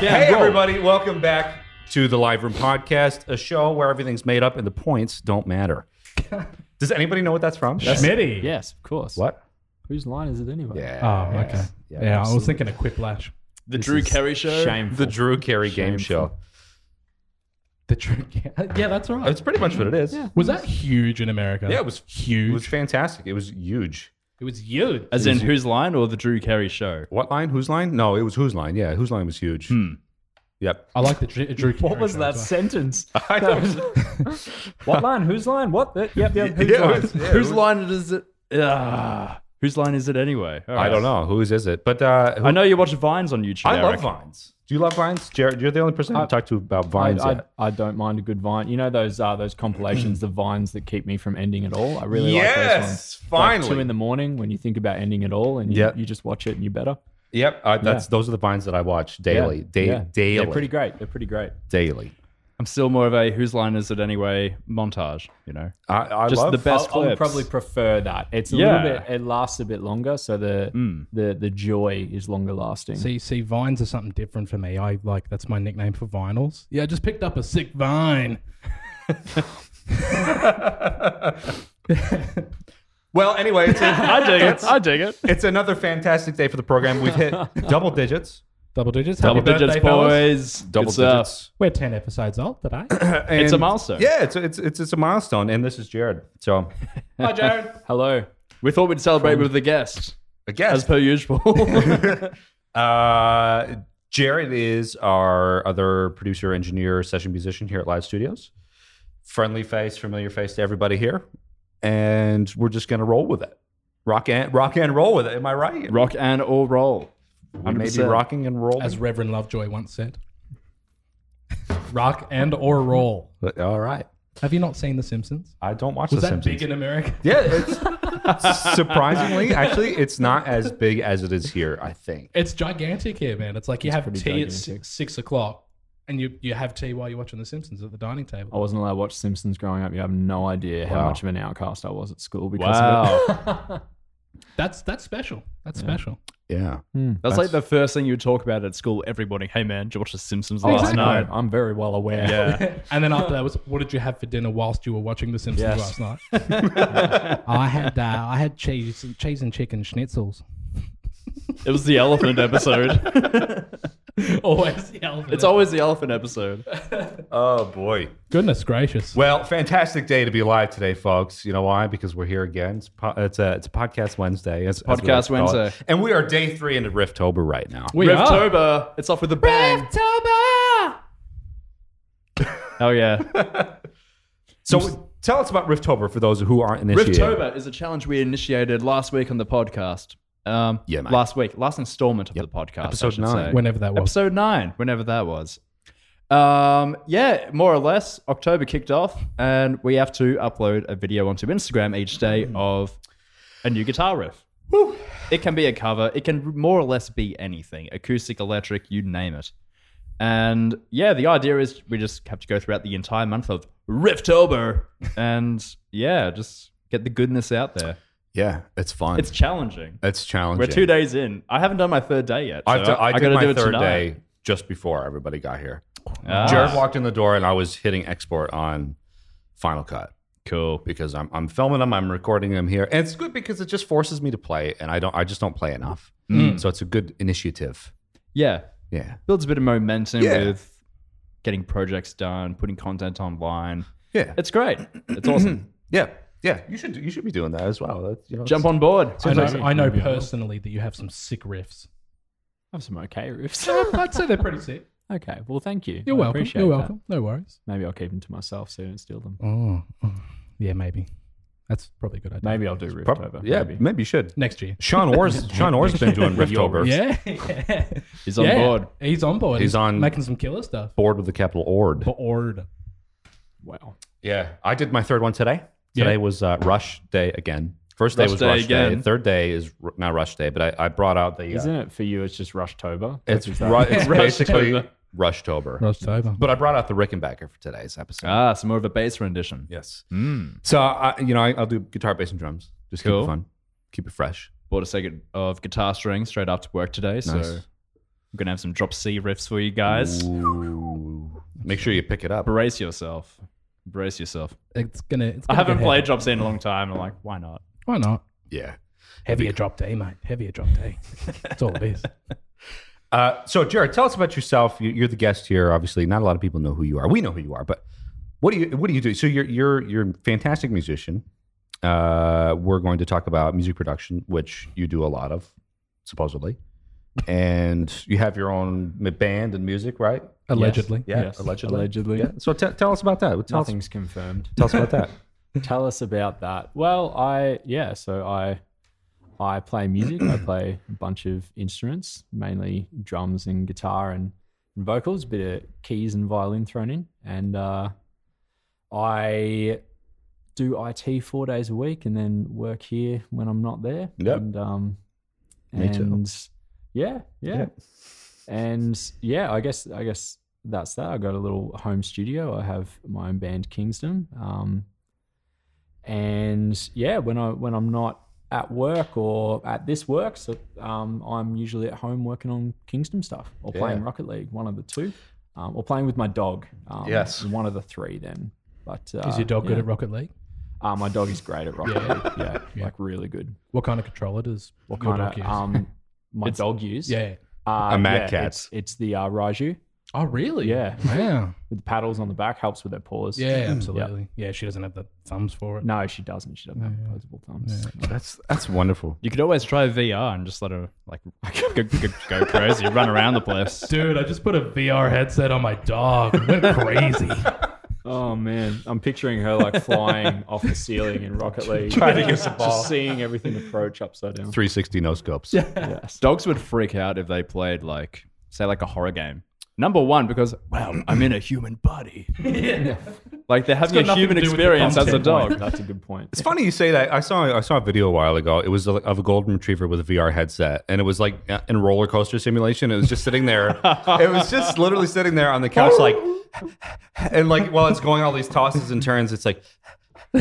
Hey, everybody, welcome back to the Live Room Podcast, a show where everything's made up and the points don't matter. Does anybody know what that's from? That's- Schmitty. Yes, of course. What? Whose line is it anyway? Ah, Yeah. Oh, okay. Yeah, Yeah, I was thinking of Quiplash. The Drew Carey show. Shameful. The Drew Carey game show. The trick. Yeah, that's right. It's pretty much what it is. Yeah. Was that huge in America? Yeah, it was huge. It was fantastic. It was huge. it was huge. As in whose line or the Drew Carey show? What line? Whose line? No, it was whose line. Yeah, whose line was huge. Hmm. Yep. I like the Drew. Drew What was that sentence? I That was- what line? Whose line? What? The, yep, yep. Whose Yeah, line? it was- yeah, it whose was- line is it? Ah, whose line is it anyway? All I right. don't know whose is it, but uh, who- I know you watch Vines on YouTube. I love Eric. vines. Do you love vines, Jared? You're the only person I, have talked to about I, vines. I, yet. I don't mind a good vine. You know those uh, those compilations, the vines that keep me from ending at all. I really like those ones. yes, Like finally. two in the morning when you think about ending at all, and you, Yeah. you just watch it and you better yep, uh, that's those are the vines that I watch daily, Yeah, da- yeah. daily, They're pretty great. They're pretty great. daily. I'm still more of a whose line is it anyway montage. You know, I, I Just love the best- I would clips. probably prefer that. It's a little Yeah. bit. It lasts a bit longer, so the the the joy is longer lasting. See, see, vines are something different for me. I like that's my nickname for vinyls. Yeah, I just picked up a sick vine. Well, anyway, it's, a, I dig it. I dig it. it's another fantastic day for the program. We've hit double digits. Double digits. Double Happy digits, birthday, fellas. boys. Double Good stuff. digits. We're ten episodes old today. And- uh, It's a milestone. Yeah, it's, a- it's it's it's a milestone, and this is Jared. So, Hi, Jared. Hello. We thought we'd celebrate with the guest, I as guess per usual. uh, Jared is our other producer, engineer, session musician here at Live Studios. Friendly face, familiar face to everybody here, and we're just gonna roll with it. Rock and rock and roll with it. Am I right? Rock and or roll. We may be 100%. rocking and rolling. As Reverend Lovejoy once said, "Rock and or roll." But- all right. Have you not seen The Simpsons? I don't watch Was The that Simpsons. big in America? yeah, it's surprisingly, actually, it's not as big as it is here. I think. It's gigantic here, man. It's like you have tea pretty at gigantic. six, six o'clock, and you, you have tea while you're watching The Simpsons at the dining table. I wasn't allowed to watch Simpsons growing up. You have no idea how Wow. much of an outcast I was at school because Uh, of it. Wow. That's that's special. That's special. Yeah. That's, like the first thing you would talk about at school every morning. Hey, man, did you watch The Simpsons Oh, last Exactly. night? I'm, I'm very well aware. Yeah. And then after that was, what did you have for dinner whilst you were watching The Simpsons Yes. last night? I had uh, I had cheese cheese and chicken schnitzels. it was the elephant episode. Always it's always the elephant episode. Oh boy. goodness gracious. Well, fantastic day to be live today, folks. You know why? Because we're here again. It's, po- it's a it's a podcast Wednesday. It's Podcast Wednesday. and we are day three into Rifttober right now. we are. Riftober. It's off with a bang. Oh yeah. So tell us about Rifttober for those who aren't initiated. Riftober is a challenge we initiated last week on the podcast. Um, Yeah, mate. last week, last installment of the podcast, I Episode should nine. say. Whenever that was. episode nine, whenever that was. Um, yeah, more or less, October kicked off, and we have to upload a video onto Instagram each Hmm. day of a new guitar riff. It can be a cover. It can more or less be anything acoustic, electric, you name it. And yeah, the idea is we just have to go throughout the entire month of Riftober and yeah, just get the goodness out there. Yeah, it's fun. It's challenging. it's challenging. We're two days in. I haven't done my third day yet. So I've done- I, did gotta my do it third tonight. day just before everybody got here. Ah, Jared walked in the door and I was hitting export on Final Cut. cool. because I'm I'm filming them, I'm recording them here, and it's good because it just forces me to play, and I don't I just don't play enough, so it's a good initiative. Yeah, Yeah, builds a bit of momentum Yeah. with getting projects done, putting content online. yeah, It's great. It's awesome. yeah, yeah. You should you should be doing that as well. That's, you know, Jump on board. I know, I know personally that you have some sick riffs. I have some okay riffs. I'd say they're pretty sick. okay. Well, thank you. You're I welcome. Appreciate You're that. welcome. No worries. Maybe I'll keep them to myself so I don't steal Mm. them. Oh, yeah, maybe. That's probably a good idea. Maybe I'll do Rift Prob- Over. yeah, Maybe. maybe. you should. Next year. Sean Orr's Sean Orr's been doing Riftober. Yeah, yeah. He's on Yeah. board. He's on board. He's on- making some killer stuff. Bored with the capital Ord. But ordered. Wow. Yeah, I did my third one today. Yeah. Today was uh, Rush Day again. First day Rush was Day Rush Day. again. Third day is r- not Rush Day, but I, I brought out the. Isn't Uh, it for you? It's just Rushtober. it's ru- it's Rushtober. basically Rushtober. Rostover. But I brought out the Rickenbacker for today's episode. Ah, some more of a bass rendition. Yes. Mm. So I, you know, I, I'll do guitar, bass, and drums. Just keep Cool. it fun, keep it fresh. Bought a second of guitar strings straight after work today. So Nice. I'm gonna have some drop C riffs for you guys. Ooh. Make sure you pick it up. Brace yourself. Brace yourself. It's gonna. It's I gonna haven't get played heavy. drop C in a long time. I'm like, why not? Why not? Yeah. Heavier drop day, mate. Heavier drop day. That's all it is. Uh, so, Jared, tell us about yourself. You- You're the guest here. Obviously, not a lot of people know who you are. We know who you are, but what do you what do you do? So, you're you're you're a fantastic musician. Uh, we're going to talk about music production, which you do a lot of, supposedly, and you have your own m- band and music, right? Allegedly. Yeah, Yes, allegedly. allegedly. Yeah. So, t- tell us about that. Tell us, Nothing's confirmed. tell us about that. Tell us about that. Well, I yeah, so I I play music. I play a bunch of instruments, mainly drums and guitar and, and vocals, bit of keys and violin thrown in. And uh, I do IT four days a week and then work here when I'm not there. Yep. And um Me too. and yeah, yeah. And yeah, I guess I guess that's that. I got a little home studio. I have my own band Kingsdom. Um, and yeah, when I when I'm not at work or at this work, so um, I'm usually at home working on Kingsdom stuff or playing Yeah. Rocket League, one of the two, um, or playing with my dog. Um, Yes. one of the three then. But uh, Is your dog yeah. good at Rocket League? Uh, my dog is great at Rocket League. Yeah, like really good. What kind of controller does What your kind dog of use? um, my dog use? yeah. uh, A mad yeah, cat. It's, it's the uh, Raju. Oh, really? Yeah, Wow. with the paddles on the back helps with their paws. Yeah, absolutely. Yeah, she doesn't have the thumbs for it. No, she doesn't. She doesn't have opposable thumbs. That's that's wonderful. You could always try VR and just let her like go, go, go crazy, run around the place. Dude, I just put a VR headset on my dog. I went crazy. Oh man, I'm picturing her like flying off the ceiling in Rocket League, to get the ball. just seeing everything approach upside down. 360 no scopes. Yes. Dogs would freak out if they played like say like a horror game. Number one, because wow, I'm in a human body. Like they're having got a human nothing to do with the experience as a content, dog. That's a good point. It's funny you say that. I saw I saw a video a while ago. It was of a golden retriever with a VR headset, and it was like in a roller coaster simulation. It was just sitting there. it was just literally sitting there on the couch, like, and like while it's going all these tosses and turns, it's like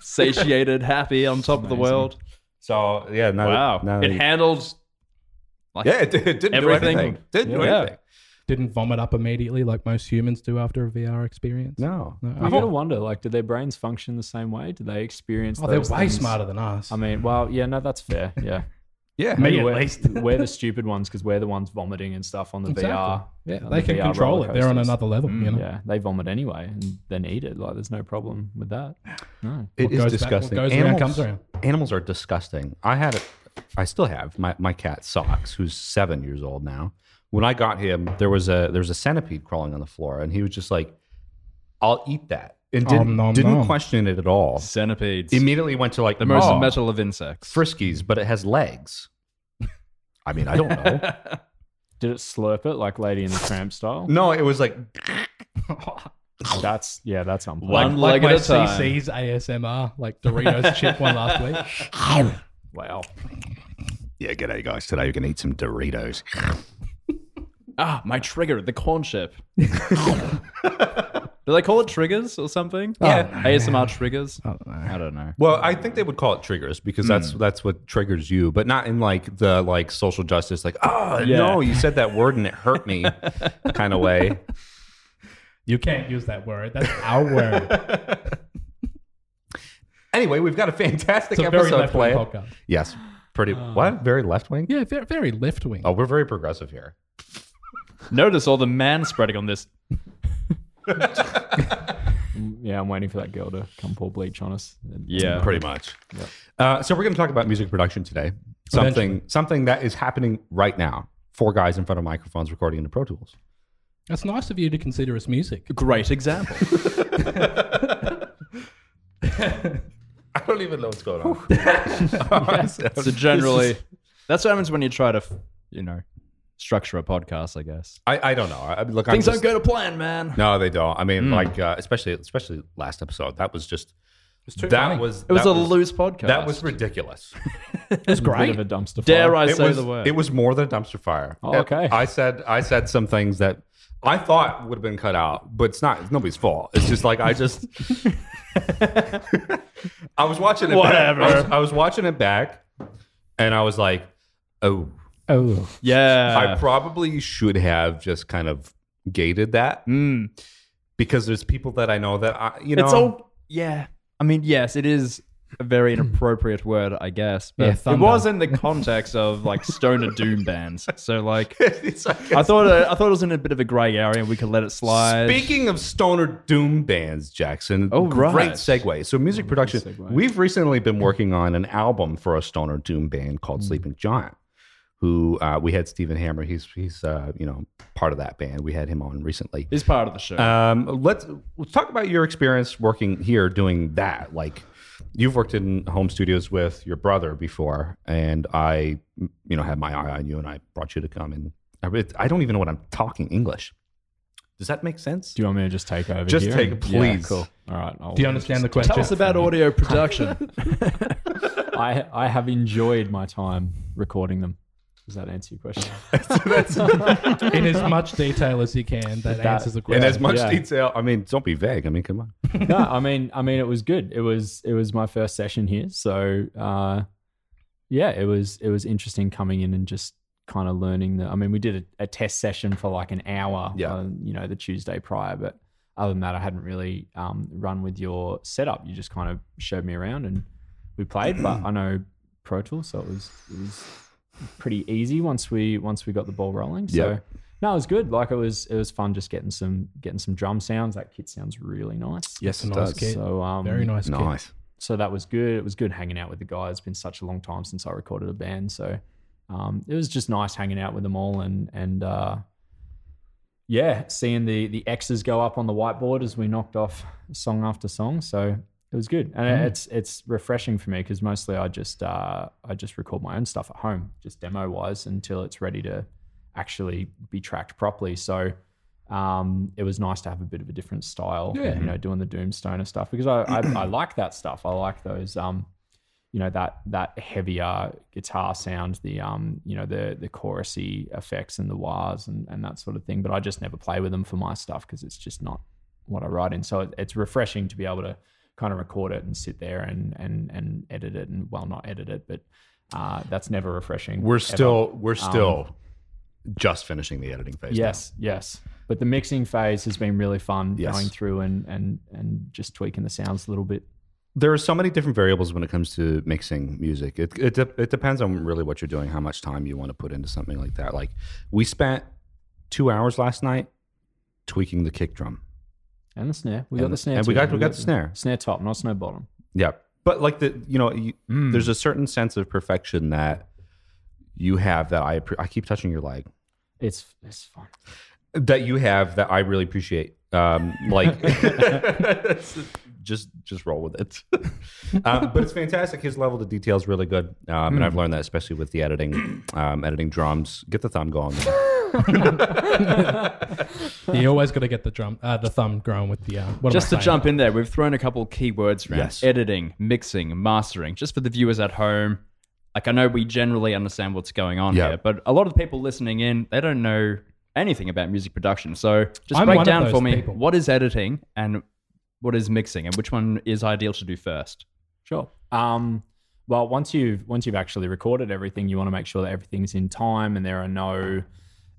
Satiated, happy, on top of the world. so. Yeah. Now, Wow. now- it handles yeah. It, did- it didn't Everything. do anything. Didn't do Yeah. anything. Didn't vomit up immediately like most humans do after a VR experience. Oh, No. I gotta wonder, like, do their brains function the same way? Do they experience? Oh, they're those way things? smarter than us. I mean, well, yeah, no, that's fair. Yeah, Yeah. Me we're, at least. we're the stupid ones because we're the ones vomiting and stuff on the Exactly. VR. Yeah, on they the can VR control it. roller They're on coasters. another level, you know. Mm, Yeah, they vomit anyway and then eat it. Like, there's no problem with that. No. It is goes back- what disgusting. goes around comes around. Animals are disgusting. I had, a, I still have my, my cat Socks, who's seven years old now. When I got him, there was a there was a centipede crawling on the floor, and he was just like, "I'll eat that," and didn't, nom, didn't nom. question it at all. centipedes. Immediately went to like the most "Oh, metal of insects. friskies, but it has legs. I mean, I don't know. Did it slurp it like Lady in the Tramp style? no, it was like That's yeah, that's unpleasant. One leg Like my at a uh, time. CC's ASMR, like Doritos chip one last week. Wow. yeah, g'day guys. Today we're gonna eat some Doritos. Ah, my trigger, the corn chip. Do they call it triggers or something? Oh, Yeah. ASMR triggers. I don't know. I don't know. Well, I think they would call it triggers because that's that's what triggers you, but not in like the like social justice, like oh no, you said that word and it hurt me kind of way. You can't use that word. That's our word. Anyway, we've got a fantastic It's a very episode left wing planned. podcast. Yes, pretty what very left wing. Yeah, very, very left wing. Oh, we're very progressive here. Notice all the man spreading on this. Yeah, I'm waiting for that girl to come pour bleach on us. Yeah. Pretty much. Uh, so we're going to talk about music production today. Something something that is happening right now. Four guys in front of microphones recording into Pro Tools. That's nice of you to consider us music. Great example. I don't even know what's going on. so generally, that's what happens when you try to, f- you know, structure a podcast. I guess I, I don't know. I, look, things I'm just, don't go to plan, man. No, they don't. I mean, Hmm. like uh, especially especially last episode. That was just that funny. was it was that a loose podcast. That was ridiculous. It's Bit great. of a dumpster fire. dare I it say was the word? it was more than a dumpster fire. Oh, okay. I said I said some things that I thought would have been cut out, but it's not. It's nobody's fault. It's just like I just. I was watching it. Back. I was, I was watching it back, and I was like, "Oh, Oh, I Yeah. probably should have just kind of gated that Mm. because there's people that I know that I, you know, It's all. Yeah. I mean, yes, it is a very inappropriate word, I guess. Yeah, But it thunder. was in the context of like stoner doom bands. So like, it's like I thought uh, I thought it was in a bit of a gray area. We could let it slide. Speaking of stoner doom bands, Jackson, Oh, great right. segue. So, music production, we've recently been working on an album for a stoner doom band called Hmm. Sleeping Giant, who uh, we had Stephen Hammer. He's, he's uh, you know, part of that band. We had him on recently. is part of the show. Um, let's, let's talk about your experience working here doing that. Like, you've worked in home studios with your brother before, and I, you know, had my eye on you and I brought you to come. And I, re- I don't even know what I'm talking English. Does that make sense? Do you want me to just take over? Just here? take it, please. Yeah, cool. All right. I'll- do you understand the question? Tell us about audio production. I I have enjoyed my time recording them. Does that answer your question? in as much detail as you can. That, answers the in question. as much Yeah. detail. I mean, don't be vague. I mean, come on. no, I mean, I mean, it was good. It was it was my first session here, so uh, yeah, it was it was interesting coming in and just kind of learning. The, I mean, we did a, a test session for like an hour, Yeah. on, you know, the Tuesday prior, but other than that, I hadn't really um, run with your setup. You just kind of showed me around and we played, but I know Pro Tools, so it was it was pretty easy once we once we got the ball rolling. So. Yep. No, it was good. Like it was, it was fun just getting some getting some drum sounds. That kit sounds really nice. Yes, a nice kid. So um, Very nice. kid. Nice. So that was good. It was good hanging out with the guys. It's been such a long time since I recorded a band, so um, it was just nice hanging out with them all and and uh, yeah, seeing the the X's go up on the whiteboard as we knocked off song after song. So it was good, and Mm. it's it's refreshing for me because mostly I just uh, I just record my own stuff at home, just demo wise, until it's ready to actually be tracked properly. So um, it was nice to have a bit of a different style, Yeah. you know, doing the Doomstoner stuff because I, I, I like that stuff. I like those, um, you know, that that heavier guitar sound, the um, you know, the the chorusy effects and the wahs and and that sort of thing. But I just never play with them for my stuff because it's just not what I write in. So it, it's refreshing to be able to kind of record it and sit there and and and edit it and well, not edit it, but uh, that's never refreshing. We're ever. Um, still we're still just finishing the editing phase. now. Yes, yes. But the mixing phase has been really fun Yes. going through and and and just tweaking the sounds a little bit. There are so many different variables when it comes to mixing music. It it, de- it depends on really what you're doing, how much time you want to put into something like that. Like we spent two hours last night tweaking the kick drum. And the snare, we got And- the snare, and we too. got- we got the snare. snare top, not snare bottom. Yeah, but like the you know you, there's a certain sense of perfection that you have that I appre- I keep touching your leg. It's it's fun. that you have that I really appreciate. Um, like, just just roll with it. um, but it's fantastic. His level of detail is really good, um, and I've learned that especially with the editing, um, editing drums. Get the thumb going. You always got to get the drum, uh, the thumb growing with the. Uh, what am I just to saying? jump in there, we've thrown a couple keywords around Yes. editing, mixing, mastering, just for the viewers at home. Like I know we generally understand what's going on Yeah. here, but a lot of the people listening in, they don't know anything about music production. So just I'm break one of down those for me people. what is editing and what is mixing and which one is ideal to do first. Sure. Um, well, once you've once you've actually recorded everything, you want to make sure that everything's in time and there are no,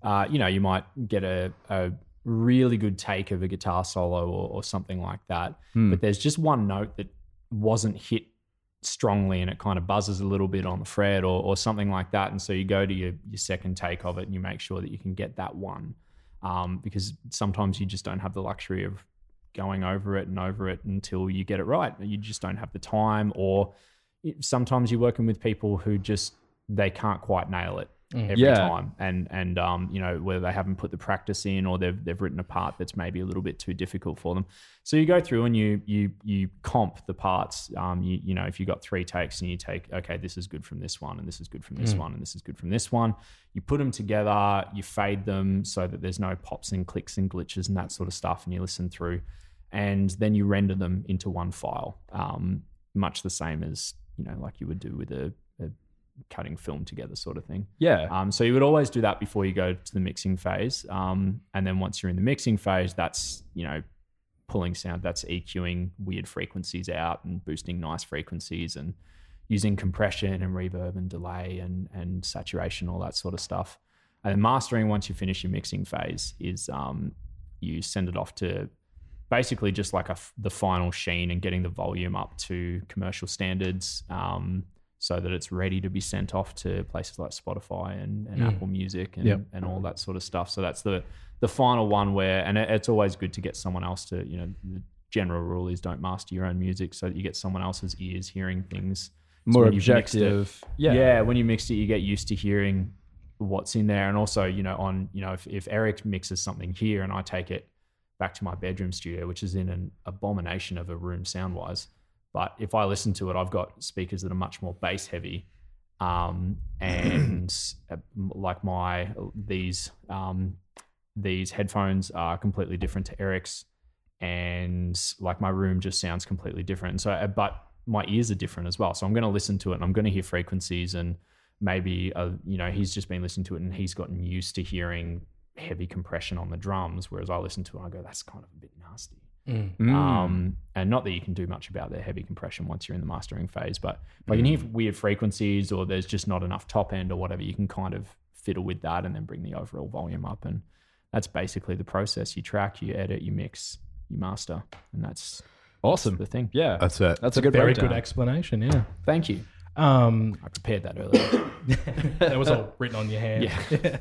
uh, you know, you might get a, a really good take of a guitar solo or, or something like that, but there's just one note that wasn't hit strongly and it kind of buzzes a little bit on the fret or, or something like that, and so you go to your your second take of it and you make sure that you can get that one, um, because sometimes you just don't have the luxury of going over it and over it until you get it right. You just don't have the time, or it- sometimes you're working with people who just they can't quite nail it every Yeah. time, and and um, you know whether they haven't put the practice in or they've they've written a part that's maybe a little bit too difficult for them. So you go through and you you you comp the parts. Um, you you know if you got three takes and you take okay, this is good from this one, and this is good from this one, and this is good from this one. You put them together, you fade them so that there's no pops and clicks and glitches and that sort of stuff, and you listen through, and then you render them into one file. Um, much the same as you know like you would do with a, a cutting film together sort of thing. Yeah. Um, so you would always do that before you go to the mixing phase. Um, and then once you're in the mixing phase, that's, you know, E pulling sound, that's EQing weird frequencies out and boosting nice frequencies and, using compression and reverb and delay and and saturation, all that sort of stuff. And then mastering once you finish your mixing phase is um, you send it off to basically just like a f- the final sheen and getting the volume up to commercial standards um, so that it's ready to be sent off to places like Spotify and, and Apple Music and, Yep. and all that sort of stuff. So that's the the final one where and it, it's always good to get someone else to you know the general rule is don't master your own music so that you get someone else's ears hearing things So More when you've mixed it- objective. yeah. when you mix it, you get used to hearing what's in there. And also, you know, on, you know, if, if Eric mixes something here and I take it back to my bedroom studio, which is in an abomination of a room sound wise. But if I listen to it, I've got speakers that are much more bass heavy. Um, and uh, m- like my, these, um, these headphones are completely different to Eric's and like my room just sounds completely different. And so, uh, but my ears are different as well. So I'm going to listen to it and I'm going to hear frequencies and maybe, uh, you know, he's just been listening to it and he's gotten used to hearing heavy compression on the drums. Whereas I listen to it and I go, that's kind of a bit nasty. Mm. Hmm. Um, and not that you can do much about their heavy compression once you're in the mastering phase, but if I can hear weird frequencies or there's just not enough top end or whatever, you can kind of fiddle with that and then bring the overall volume up. And that's basically the process. You track, you edit, you mix, you master, and that's Awesome. the thing. Yeah. That's it. That's a good Very breakdown. good explanation, yeah. Thank you. Um, I prepared that earlier. that was all written on your hand. yeah.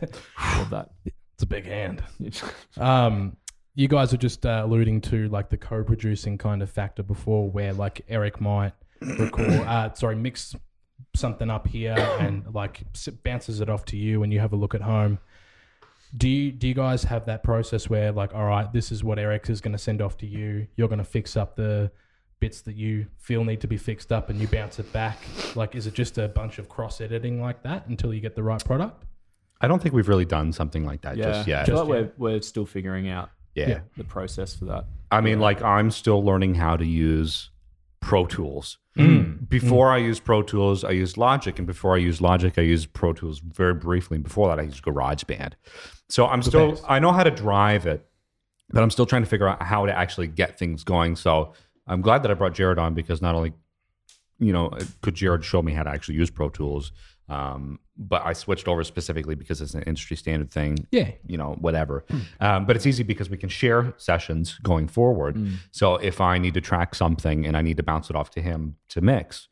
Love that. It's a big hand. Um, you guys were just uh, alluding to like the co-producing kind of factor before, where like Eric might record, uh, sorry, mix something up here and like s- bounces it off to you, and you have a look at home. Do you do you guys have that process where like, all right, this is what Eric is going to send off to you. You're going to fix up the bits that you feel need to be fixed up, and you bounce it back. Like, is it just a bunch of cross editing like that until you get the right product? I don't think we've really done something like that Uh, just yet. But we're, we're still figuring out yeah. yeah. the process for that. I mean, like I'm still learning how to use Pro Tools. Before I used Pro Tools, I used Logic, and before I used Logic, I used Pro Tools very briefly. And before that, I used GarageBand. So I'm still I know how to drive it, but I'm still trying to figure out how to actually get things going. So I'm glad that I brought Jared on because not only you know could Jared show me how to actually use Pro Tools, um, but I switched over specifically because it's an industry standard thing Yeah, you know, whatever. Um, but it's easy because we can share sessions going forward. So if I need to track something and I need to bounce it off to him to mix,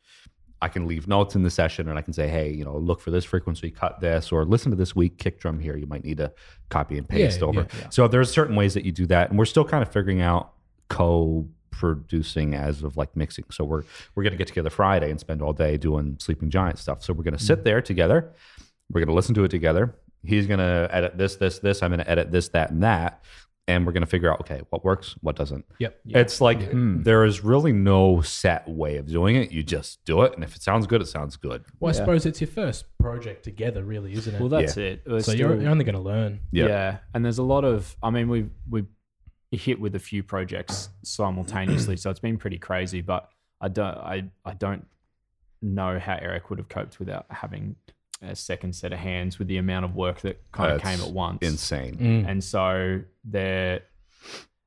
I can leave notes in the session and I can say, hey, you know, look for this frequency, cut this, or listen to this weak kick drum here. You might need to copy and paste Yeah, over. yeah, So there's certain ways that you do that. And we're still kind of figuring out co producing as of like mixing. So we're we're gonna get together Friday and spend all day doing sleeping giant stuff. So we're gonna Mm-hmm. sit there together. We're going to listen to it together. He's going to edit this, this, this. I'm going to edit this, that, and that. And we're going to figure out, okay, what works, what doesn't. Yep. It's like hmm, there is really no set way of doing it. You just do it. And if it sounds good, it sounds good. Well, I suppose it's your first project together, really, isn't it? Well, that's it. We're so still- you're, you're only going to learn. Yeah. yeah. and there's a lot of i mean we've we've hit with a few projects simultaneously so it's been pretty crazy but i don't i, I don't know how eric would have coped without having a second set of hands with the amount of work that kind of That's came at once Insane. Mm, and so there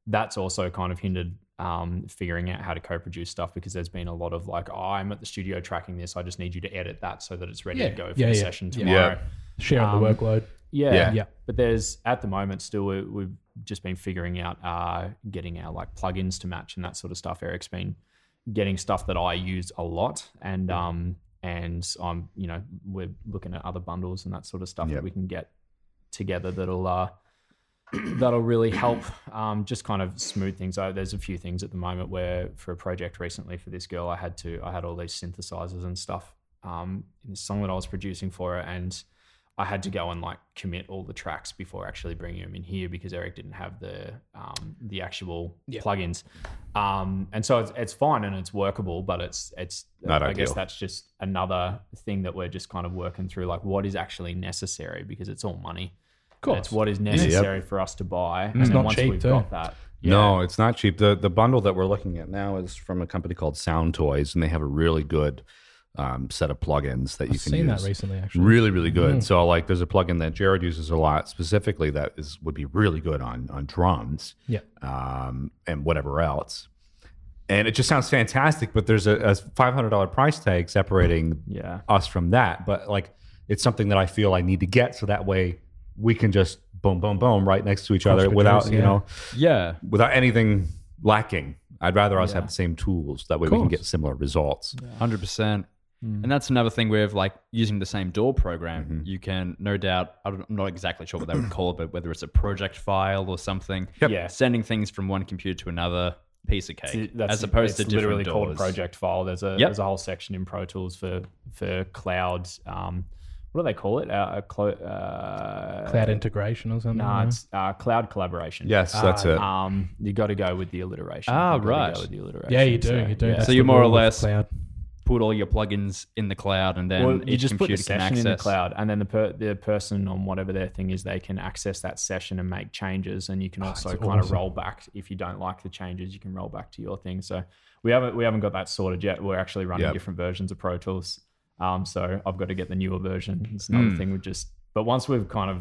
that's also kind of hindered um, figuring out how to co-produce stuff because there's been a lot of like oh, i'm at the studio tracking this i just need you to edit that so that it's ready Yeah. to go for Yeah, the yeah. session Yeah. tomorrow Yeah. Sharing the workload. yeah. Yeah. Yeah. But there's at the moment still we, we've just been figuring out uh, getting our like plugins to match and that sort of stuff. Eric's been getting stuff that I use a lot, and um and I'm you know we're looking at other bundles and that sort of stuff Yep. that we can get together that'll uh that'll really help um just kind of smooth things out. There's a few things at the moment where for a project recently for this girl I had to I had all these synthesizers and stuff um in the song that I was producing for her and I had to go and like commit all the tracks before actually bringing them in here because Eric didn't have the um, the actual plugins, um, and so it's, it's fine and it's workable, but it's it's Not I guess ideal. that's just another thing that we're just kind of working through, like what is actually necessary because it's all money. course. Mm. it's what is necessary for us to buy, and then not once cheap we've too. got that, No, it's not cheap. The the bundle that we're looking at now is from a company called Sound Toys, and they have a really good um, set of plugins that you I've can seen use. that recently, Mm. actually. really really good so like there's a plugin that jared uses a lot specifically that is would be really good on on drums Yeah. um and whatever else and it just sounds fantastic. But there's a, a five hundred dollar price tag separating Yeah. us from that. But like, it's something that I feel I need to get so that way we can just boom, boom, boom right next to each other without produce, you yeah. know Yeah. without anything lacking. I'd rather us Yeah. have the same tools that way we can course. get similar results. Hundred percent. Mm. And that's another thing with like using the same door program. Mm-hmm. You can no doubt. I'm not exactly sure what they would call it, but whether it's a project file or something, Yeah. sending things from one computer to another, piece of cake, That's, as opposed to it's literally different doors. called project file. There's Yep. a there's a whole section in Pro Tools for for cloud. Um, what do they call it? Uh, a clo- uh, Cloud integration or something. Nah, no? it's uh, cloud collaboration. Yes, that's it. Um, you got to go with the alliteration. Ah, You gotta right. Go with the alliteration. yeah, you do. So, you do. yeah. That's So you the more or rule with less- cloud. Put all your plugins in the cloud, and then Well, you each just put computer the can session access. in the cloud, and then the per- the person on whatever their thing is, they can access that session and make changes. And you can also that's kind of awesome. roll back if you don't like the changes, you can roll back to your thing. So we haven't we haven't got that sorted yet. We're actually running Yep. different versions of Pro Tools. Um, so I've got to get the newer version. It's another thing we just. But once we've kind of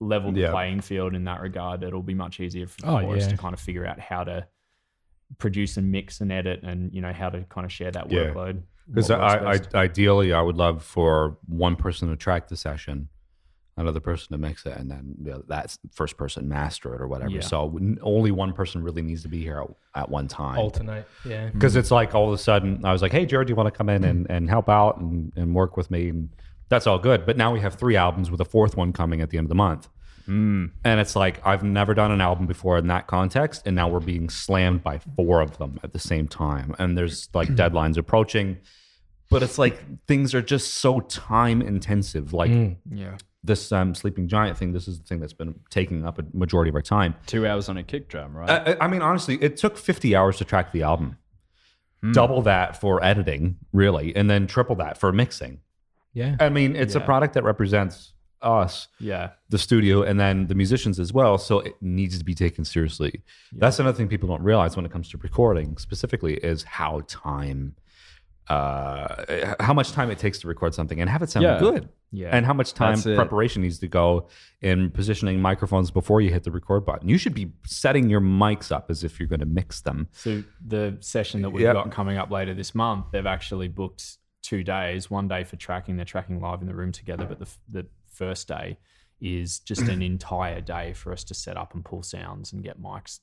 leveled Yeah. the playing field in that regard, it'll be much easier for, Oh, for us yeah. to kind of figure out how to produce and mix and edit, and you know how to kind of share that Yeah. workload. Because what works I, I, best. ideally, I would love for one person to track the session, another person to mix it, and then the other- that first person master it or whatever. Yeah. So n- only one person really needs to be here at, at one time. Alternate. Yeah. Because it's like all of a sudden, I was like, "Hey, Jared, do you want to come in and, and help out and, and work with me?" And that's all good. But now we have three albums with a fourth one coming at the end of the month, and it's like I've never done an album before in that context, and now we're being slammed by four of them at the same time, and there's like deadlines approaching but it's like things are just so time intensive. Like yeah. this um, sleeping giant thing, this is the thing that's been taking up a majority of our time. Two hours on a kick drum, right? I, I- I mean, honestly, it took 50 hours to track the album, double that for editing, really, and then triple that for mixing. Yeah. I mean, it's a product that represents us, Yeah. the studio, and then the musicians as well. So it needs to be taken seriously. That's another thing people don't realize when it comes to recording specifically is how time. Uh, how much time it takes to record something and have it sound Yeah. good Yeah. and how much time That's it. preparation needs to go in positioning microphones before you hit the record button. You should be setting your mics up as if you're going to mix them. So the session that we've Yep. got coming up later this month, they've actually booked two days. One day for tracking, they're tracking live in the room together, but the f- the first day is just an entire day for us to set up and pull sounds and get mics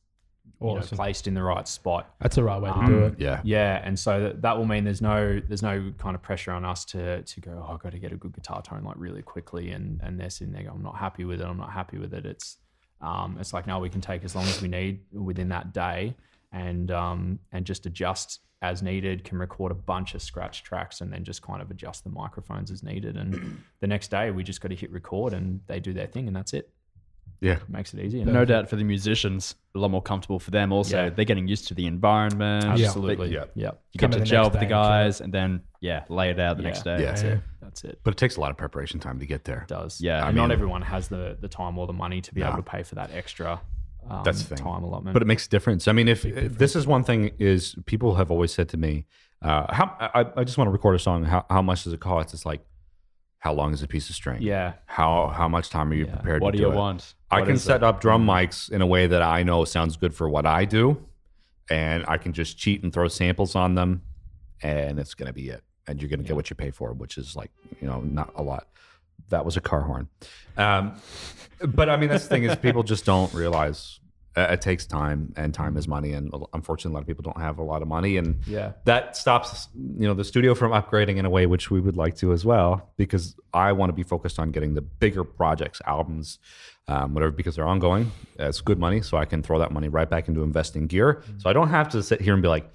you know, Awesome. placed in the right spot. That's the right way to do it. Yeah. Yeah, and so that, that will mean there's no there's no kind of pressure on us to to go. Oh, I got to get a good guitar tone like really quickly, and and they're sitting there going, I'm not happy with it. I'm not happy with it. It's um, it's like no, we can take as long as we need within that day, and um, and just adjust as needed. Can record a bunch of scratch tracks, and then just kind of adjust the microphones as needed. And the next day, we just got to hit record, and they do their thing, and that's it. Yeah. Makes it easy. no doubt for the musicians, a lot more comfortable for them. Also, Yeah. they're getting used to the environment. absolutely. Yeah. yeah. You get Come in to the gel next with the day and try it. guys, and then yeah, lay it out the Yeah. next day. Yeah. Yeah. That's it. But it takes a lot of preparation time to get there. does. Yeah, and I mean- not everyone has the the time or the money to be Nah. able to pay for that extra. Um, That's the thing. time allotment. But it makes a difference. I mean, if, if this is one thing is people have always said to me, uh, how I, I just want to record a song. How, how much does it cost? It's like, how long is a piece of string? yeah, How how much time are you prepared? What to do do you it? want? I What can is Mm-hmm. set up drum mics in a way that I know sounds good for what I do, and I can just cheat and throw samples on them, and it's gonna be it. And you're gonna get what you pay for, which is like you know not a lot. That was a car horn, um, but I mean that's the thing is people just don't realize uh, it takes time, and time is money, and unfortunately a lot of people don't have a lot of money, and yeah, that stops you know the studio from upgrading in a way which we would like to as well because i want to be focused on getting the bigger projects albums um, whatever because they're ongoing Uh, it's good money so i can throw that money right back into investing gear so i don't have to sit here and be like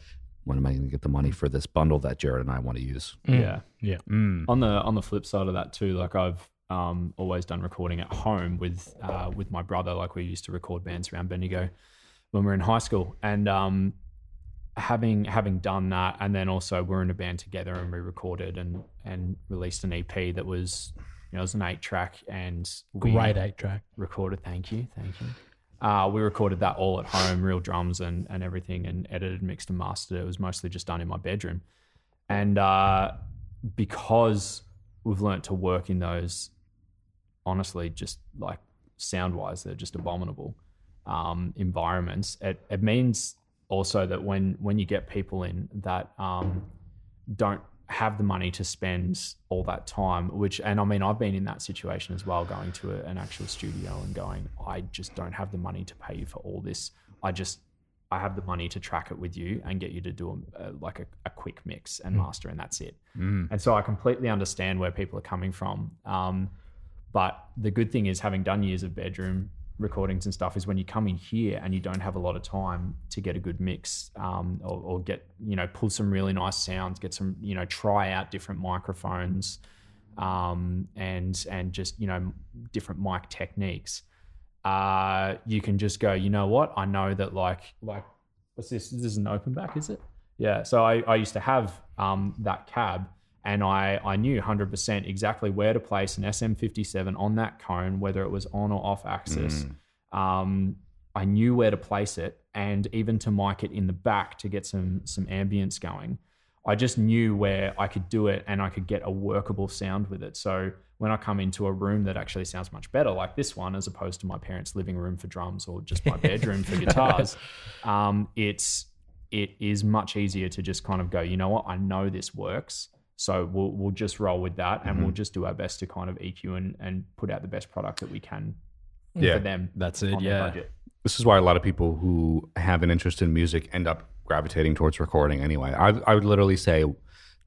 when am i going to get the money for this bundle that jared and i want to use yeah, Yeah. Mm. On the on the flip side of that too, like I've um, always done recording at home with uh, with my brother. Like we used to record bands around Bendigo when we were in high school, and um, having having done that, and then also we're in a band together and we recorded and and released an EP that was you know it was an eight track and we, Great eight track. recorded. Thank you, thank you. Uh, we recorded that all at home, real drums and and everything, and edited, mixed, and mastered. It was mostly just done in my bedroom, and uh, because we've learnt to work in those, honestly, just like sound wise, they're just abominable um, environments. It it means also that when when you get people in that um, don't have the money to spend all that time, which and I mean I've been in that situation as well, going to a, an actual studio and going, I just don't have the money to pay you for all this. I just I have the money to track it with you and get you to do a, a- like a, a quick mix and master, and that's it. And so I completely understand where people are coming from. Um, but the good thing is, having done years of bedroom recordings and stuff, is when you come in here and you don't have a lot of time to get a good mix um, or, or get, you know, pull some really nice sounds, get some, you know, try out different microphones um, and and just you know different mic techniques. Uh, you can just go, you know what? I know that like like what's this? This is an open back, is it? Yeah. So I, I used to have um, that cab, and I I knew hundred percent exactly where to place an SM57 on that cone, whether it was on or off axis. Um, I knew where to place it, and even to mic it in the back to get some some ambience going. I just knew where I could do it and I could get a workable sound with it. So when I come into a room that actually sounds much better, like this one, as opposed to my parents' living room for drums or just my bedroom for guitars, um, it's it is much easier to just kind of go, you know what, I know this works. So we'll we'll just roll with that and we'll just do our best to kind of EQ and, and put out the best product that we can Yeah. for them. That's it, on their yeah. budget. this is why a lot of people who have an interest in music end up gravitating towards recording anyway. I, I would literally say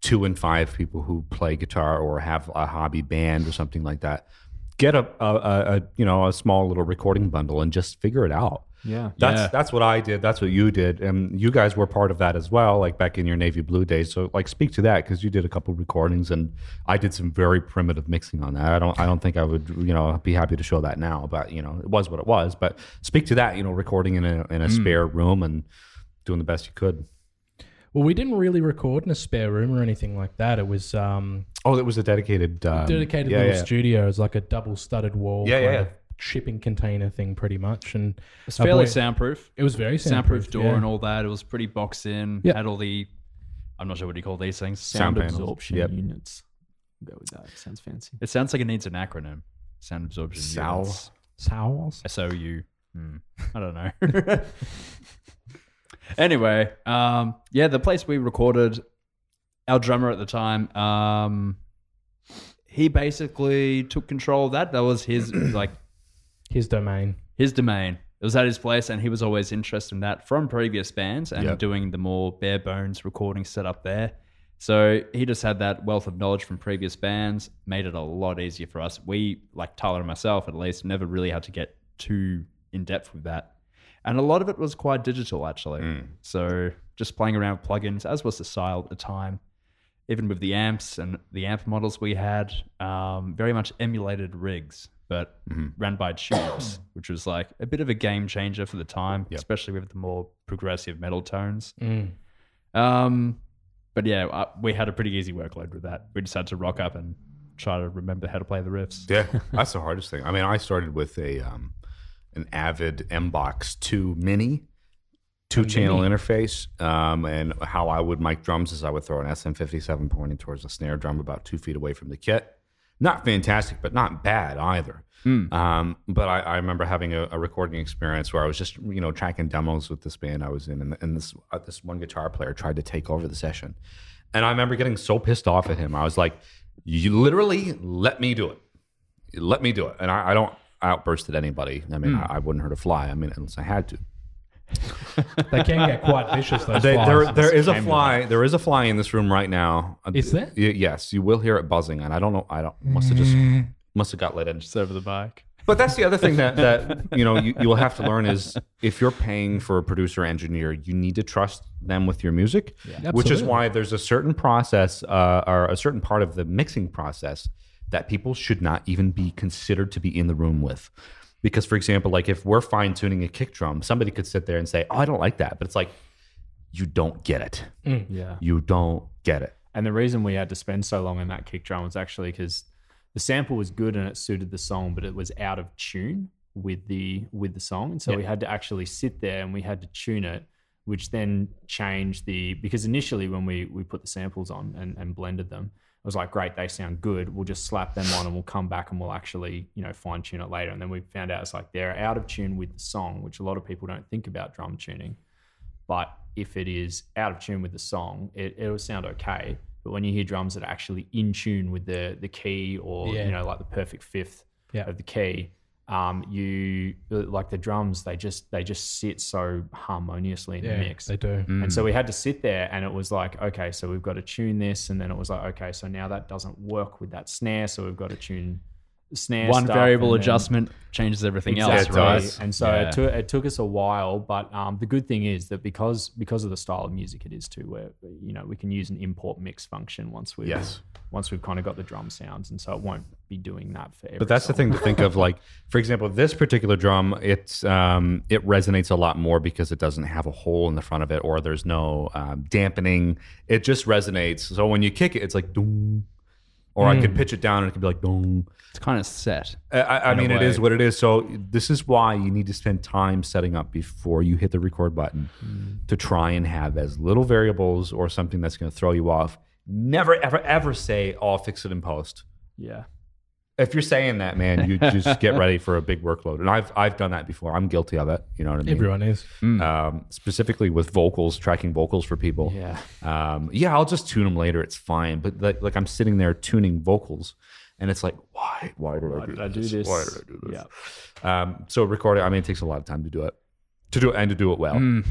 two in five people who play guitar or have a hobby band or something like that get a, a, a, a you know a small little recording bundle and just figure it out. Yeah. That's Yeah. that's what I did. That's what you did, and you guys were part of that as well, like back in your navy blue days. So, like, speak to that because you did a couple recordings, and I did some very primitive mixing on that. I don't, I don't think I would, you know, be happy to show that now, but you know, it was what it was. But speak to that, you know, recording in a Mm. in a spare room and doing the best you could. Well, we didn't really record in a spare room or anything like that. It was um, Oh, it was a dedicated, um, dedicated yeah, little yeah. studio. It was like a double studded wall, Yeah, yeah, kind yeah. of shipping container thing, pretty much. And It's our fairly boy- soundproof. It was very soundproof, soundproof, door yeah. and all that. It was pretty boxed in. Yeah. Had all the, I'm not sure what you call these things. Sound Sound, panels. absorption Yep. units. Go with that. Sounds fancy. It sounds like it needs an acronym. Sound absorption. Sow. units. Towels. SOU. Hmm. I don't know. anyway, um, yeah, the place we recorded, our drummer at the time, um, he basically took control of that. That was his like His domain. his domain. It was at his place, and he was always interested in that from previous bands and Yep. doing the more bare bones recording setup there. So he just had that wealth of knowledge from previous bands, made it a lot easier for us. We, like Tyler and myself at least, never really had to get too in depth with that. And a lot of it was quite digital, actually. So just playing around with plugins, as was the style at the time, even with the amps and the amp models we had, um, very much emulated rigs, but ran by tubes, which was like a bit of a game changer for the time, especially with the more progressive metal tones. Mm. Um, but yeah, I, we had a pretty easy workload with that. We just had to rock up and try to remember how to play the riffs. Yeah, that's the hardest thing. I mean, I started with a um, an Avid Mbox Two Mini, two channel interface, um, and how I would mic drums is I would throw an SM57 pointing towards the snare drum about two feet away from the kit. Not fantastic, but not bad either. Um, but I, I remember having a, a recording experience where I was just you know tracking demos with this band I was in, and, and this uh, this one guitar player tried to take over the session, and I remember getting so pissed off at him. I was like, "You literally let me do it." let me do it. And I, I don't outburst at anybody. I mean, I, I wouldn't hurt a fly. I mean, unless I had to. They can get quite vicious, those They, flies. there, there is a fly. There is a fly in this room right now. Is there? Y- yes, you will hear it buzzing, and I don't know. I don't. Must have just. Must have got let in. Just over the bike. But that's the other thing that that you know you, you will have to learn is if you're paying for a producer engineer, you need to trust them with your music, which is Absolutely. why there's a certain process uh, or a certain part of the mixing process that people should not even be considered to be in the room with. Because, for example, like if we're fine tuning a kick drum, somebody could sit there and say, "Oh, I don't like that," but it's like you don't get it. Yeah. You don't get it. And the reason we had to spend so long on that kick drum was actually because the sample was good and it suited the song, but it was out of tune with the with the song. And so we had to actually sit there and we had to tune it, which then changed the because initially when we we put the samples on and, and blended them, it was like, great, they sound good. We'll just slap them on and we'll come back and we'll actually, you know, fine tune it later. And then we found out it's like they're out of tune with the song, which a lot of people don't think about drum tuning But if it is out of tune with the song, it, it'll sound okay. But when you hear drums that are actually in tune with the the key or Yeah. you know like the perfect fifth Yeah. of the key, um, you like the drums they just they just sit so harmoniously in Yeah, the mix. Mm. they Mm. do. And so we had to sit there and it was like, okay, so we've got to tune this. And then it was like, okay, so now that doesn't work with that snare. So we've got to tune the snare. One stuff variable and then- adjustment changes everything Exactly. else, does. right? And so Yeah. it, took, it took us a while, but um, the good thing is that because because of the style of music it is too, where you know we can use an import mix function once we Yes. once we've kind of got the drum sounds, and so it won't be doing that for. Every But that's the thing song. to think of. Like, for example, this particular drum, it's um, it resonates a lot more because it doesn't have a hole in the front of it, or there's no um, dampening. It just resonates. So when you kick it, it's like doom. Or I could pitch it down and it could be like doom. It's kind of set. I, I I mean, it way. is what it is. So this is why you need to spend time setting up before you hit the record button to try and have as little variables or something that's going to throw you off. Never, ever, ever say, "Oh, I'll fix it in post." Yeah. if you're saying that, man, you just get ready for a big workload. And I've I've done that before. I'm guilty of it. You know what I mean? Everyone is. Mm. Um, specifically with vocals, tracking vocals for people. Yeah. Um, yeah, I'll just tune them later. It's fine. But like, like I'm sitting there tuning vocals, and it's like, why? Why did I, do, Did I do this? this? Why did I do this? Yeah. Um, so recording, I mean, it takes a lot of time to do it, to do it and to do it well. Hmm.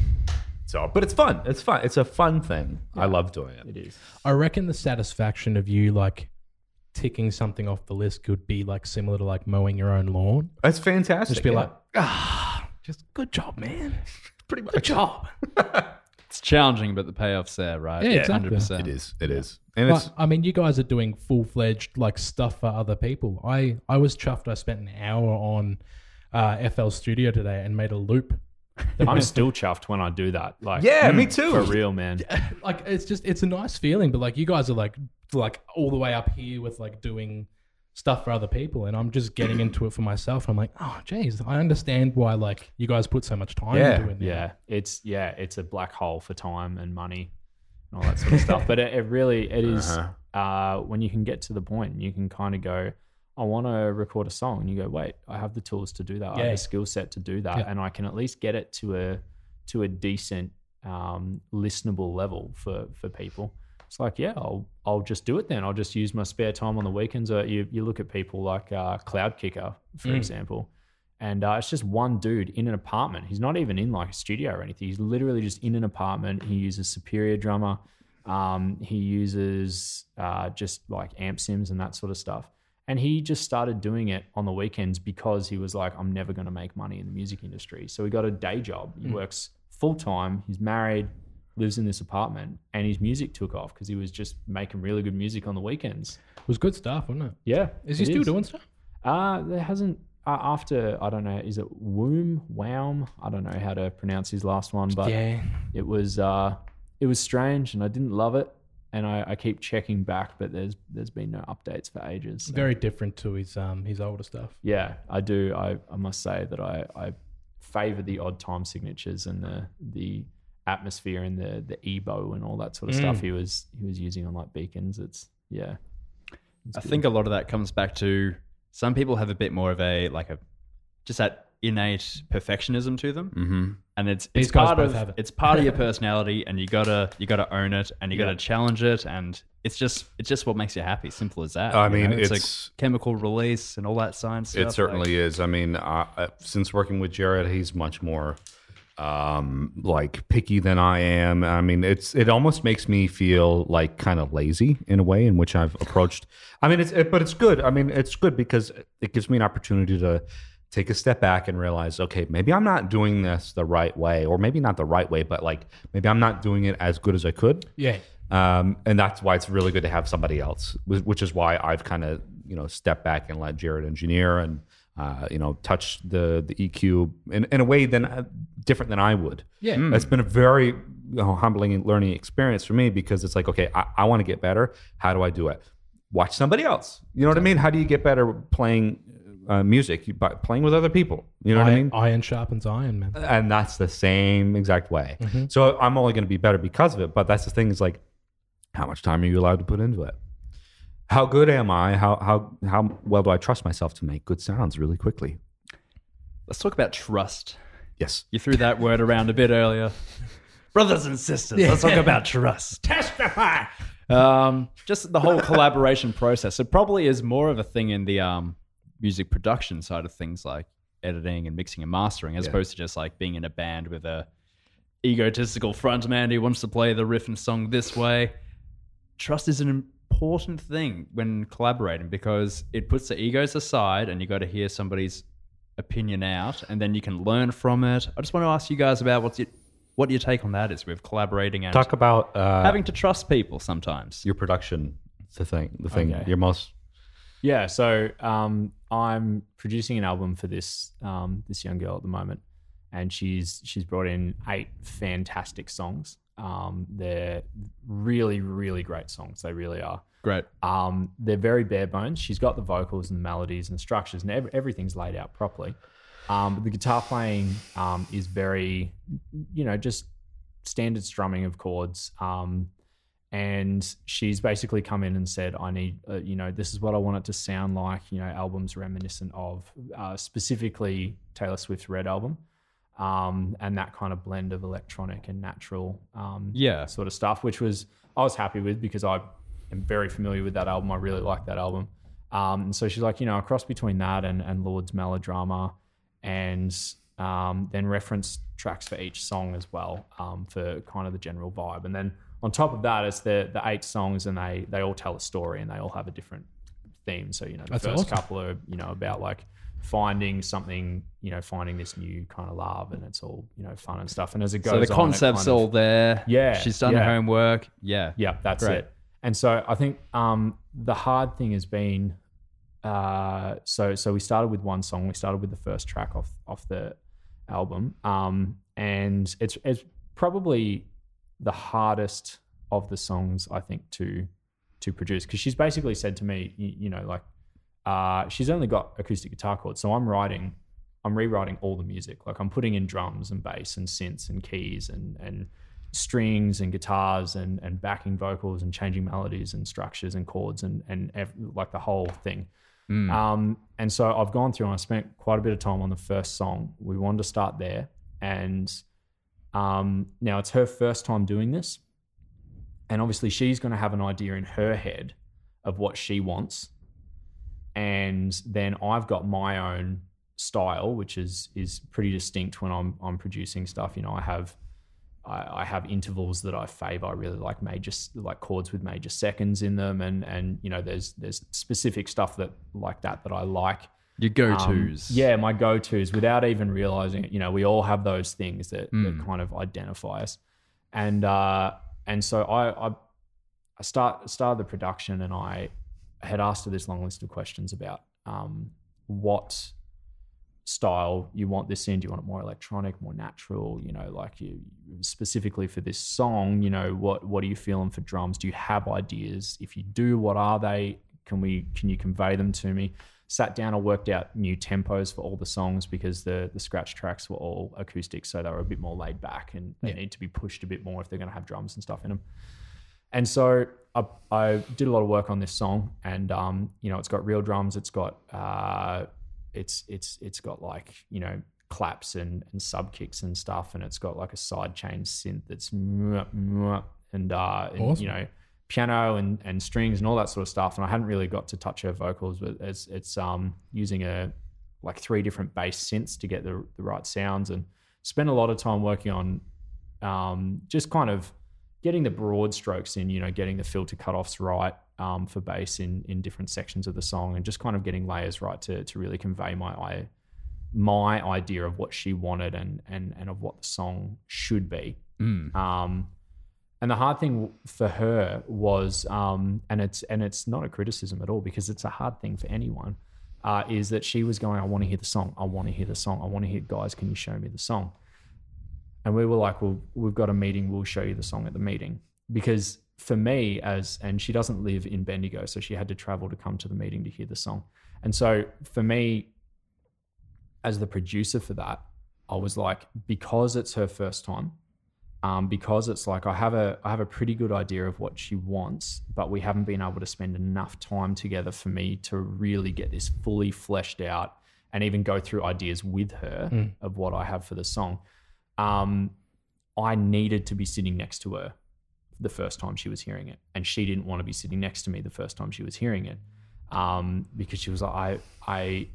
So, but it's fun. It's fun. It's a fun thing. I love doing it. It is. I reckon the satisfaction of you like ticking something off the list could be like similar to like mowing your own lawn. It's fantastic. Just be yeah. like, ah, just good job, man. pretty much. Good job. It's challenging, but the payoff's there, right? Yeah, exactly. 100%. It is. It is. And it's But, I mean, you guys are doing full fledged like stuff for other people. I I was chuffed. I spent an hour on uh, FL Studio today and made a loop. I'm still chuffed when I do that. Like mm, yeah, me too. for real, man. Like it's just it's a nice feeling. But like you guys are like like all the way up here with like doing stuff for other people, and I'm just getting into it for myself. I'm like, oh, geez, I understand why like you guys put so much time Yeah. into it. now. yeah it's yeah it's a black hole for time and money and all that sort of stuff but it, it really it is uh Uh-huh. when you can get to the point you can kind of go i want to record a song and you go wait i have the tools to do that i have Yeah. the skill set to do that Yeah. and i can at least get it to a to a decent um, listenable level for for people it's like yeah i'll i'll just do it then i'll just use my spare time on the weekends or you, you look at people like uh, cloud kicker for Mm. example and uh, it's just one dude in an apartment. He's not even in like a studio or anything. He's literally just in an apartment. He uses Superior Drummer. Um, he uses uh, just like amp sims and that sort of stuff. And he just started doing it on the weekends because he was like, I'm never going to make money in the music industry. So he got a day job. Hmm. He works full time. He's married, lives in this apartment, and his music took off because he was just making really good music on the weekends. It was good stuff, wasn't it? Yeah. Is he it still doing stuff? uh, there hasn't. Uh, after I don't know, is it Womb Wowm? I don't know how to pronounce his last one, but yeah. it was uh, it was strange, and I didn't love it, and I, I keep checking back, but there's there's been no updates for ages. so- Very different to his um his older stuff. yeah, I do. I, I must say that I, I favor the odd time signatures and the the atmosphere and the the ebo and all that sort of stuff he was he was using on like beacons. It's yeah, I think a lot of that comes back to some people have a bit more of a like a just that innate perfectionism to them, mm-hmm. and it's it's These guys part both of have it. it's part of your personality, and you gotta you gotta own it, and you Yeah. gotta challenge it, and it's just it's just what makes you happy. Simple as that. I you mean, know? it's- like chemical release and all that science. Stuff. It certainly is. I mean, uh, uh, since working with Jared, he's much more um, like picky than I am. I mean, it's it almost makes me feel like kind of lazy in a way in which I've approached. I mean, it's it, but it's good. I mean, it's good because it gives me an opportunity to take a step back and realize, okay, maybe I'm not doing this the right way, or maybe not the right way, but like maybe I'm not doing it as good as I could Yeah. um, and that's why it's really good to have somebody else wh- which is why i've kind of you know stepped back and let jared engineer and uh, you know touch the the eq in, in a way than uh, different than i would Yeah. it's been a very you know, humbling and learning experience for me because it's like okay i, I want to get better how do i do it watch somebody else you know what i mean how do you get better playing uh, music You- by playing with other people you know what i mean Iron, iron sharpens iron, man. and that's the same exact way. Mm-hmm. So I'm only going to be better because of it. But that's the thing is like, how much time are you allowed to put into it? How good am I? How how how well do I trust myself to make good sounds really quickly? Let's talk about trust. Yes. You threw that word around a bit earlier. brothers and sisters. Let's talk about trust. Testify. Um, just the whole collaboration process. It probably is more of a thing in the um, music production side of things, like editing and mixing and mastering, as opposed to just like being in a band with a egotistical frontman who wants to play the riff and song this way. Trust is an important thing when collaborating because it puts the egos aside, and you got to hear somebody's opinion out, and then you can learn from it. I just want to ask you guys about what's your what your take on that is with collaborating and Talk about uh, having to trust people sometimes. your production. The thing, the thing, Okay. your most. Yeah, so um, I'm producing an album for this um, this young girl at the moment, and she's she's brought in eight fantastic songs. Um, they're really really great songs. They really are. Great. Um, they're very bare bones. She's got the vocals and the melodies and structures, and ev- everything's laid out properly. Um, but the guitar playing um, is very, you know, just standard strumming of chords. Um, and she's basically come in and said, "I need, uh, you know, this is what I want it to sound like. You know, albums reminiscent of uh, specifically Taylor Swift's Red album, um, and that kind of blend of electronic and natural um, Yeah. sort of stuff, which was I was happy with because I am very familiar with that album. I really like that album. Um, and so she's like, you know, a cross between that and, and Lord's melodrama, and um, then reference tracks for each song as well um, for kind of the general vibe. And then on top of that, it's the the eight songs, and they they all tell a story and they all have a different theme. So you know, the That's first awesome. couple are you know about like finding something, you know, finding this new kind of love, and it's all you know fun and stuff. And as it goes, So the on, it concept's kind of- all there. Yeah, She's done yeah. her homework. Yeah. yeah, that's Great. it. And so I think um, the hard thing has been uh, so so we started with one song. We started with the first track off off the album, um, and it's it's probably the hardest of the songs I think to to produce because she's basically said to me, you, you know, like uh, she's only got acoustic guitar chords, so I'm writing. I'm rewriting all the music. Like I'm putting in drums and bass and synths and keys and and strings and guitars and and backing vocals and changing melodies and structures and chords and and ev- like the whole thing. Hmm. Mm. Um, and so I've gone through and I spent quite a bit of time on the first song. We wanted to start there, and um, now it's her first time doing this, and obviously she's going to have an idea in her head of what she wants, and then I've got my own style, which is is pretty distinct when I'm I'm producing stuff. You know, I have I, I have intervals that I favor. I really like major like chords with major seconds in them, and and you know there's there's specific stuff that like that that I like. Your go tos. Um, yeah, my go tos without even realizing it. You know, we all have those things that, that kind of identify us, and uh, and so I I, I start started the production, and I had asked her this long list of questions about um, what style you want this in. Do you want it more electronic, more natural? You know, like you specifically for this song. You know, what what are you feeling for drums? Do you have ideas? If you do, what are they? Can we can you convey them to me? Sat down and worked out new tempos for all the songs because the the scratch tracks were all acoustic, so they were a bit more laid back and they need to be pushed a bit more if they're going to have drums and stuff in them. And so I, I did a lot of work on this song, and um, you know, it's got real drums, it's got uh, it's it's it's got like you know claps and and sub kicks and stuff, and it's got like a side chain synth that's mwah, mwah, and uh, and, Awesome. you know, piano and and strings and all that sort of stuff. And I hadn't really got to touch her vocals, but it's it's um using a like three different bass synths to get the the right sounds, and spent a lot of time working on um, just kind of getting the broad strokes in, you know, getting the filter cutoffs right um, for bass in in different sections of the song, and just kind of getting layers right to to really convey my i- my idea of what she wanted and and and of what the song should be. Um, and the hard thing for her was, um, and it's and it's not a criticism at all because it's a hard thing for anyone, uh, is that she was going, I want to hear the song, I want to hear the song, I want to hear, guys, can you show me the song? And we were like, well, we've got a meeting. We'll show you the song at the meeting. Because for me, as, and she doesn't live in Bendigo, so she had to travel to come to the meeting to hear the song. And so for me, as the producer for that, I was like, because it's her first time, um, because it's like I have a I have a pretty good idea of what she wants, but we haven't been able to spend enough time together for me to really get this fully fleshed out and even go through ideas with her of what I have for the song. Um, I needed to be sitting next to her the first time she was hearing it, and she didn't want to be sitting next to me the first time she was hearing it, um, because she was like, I, I,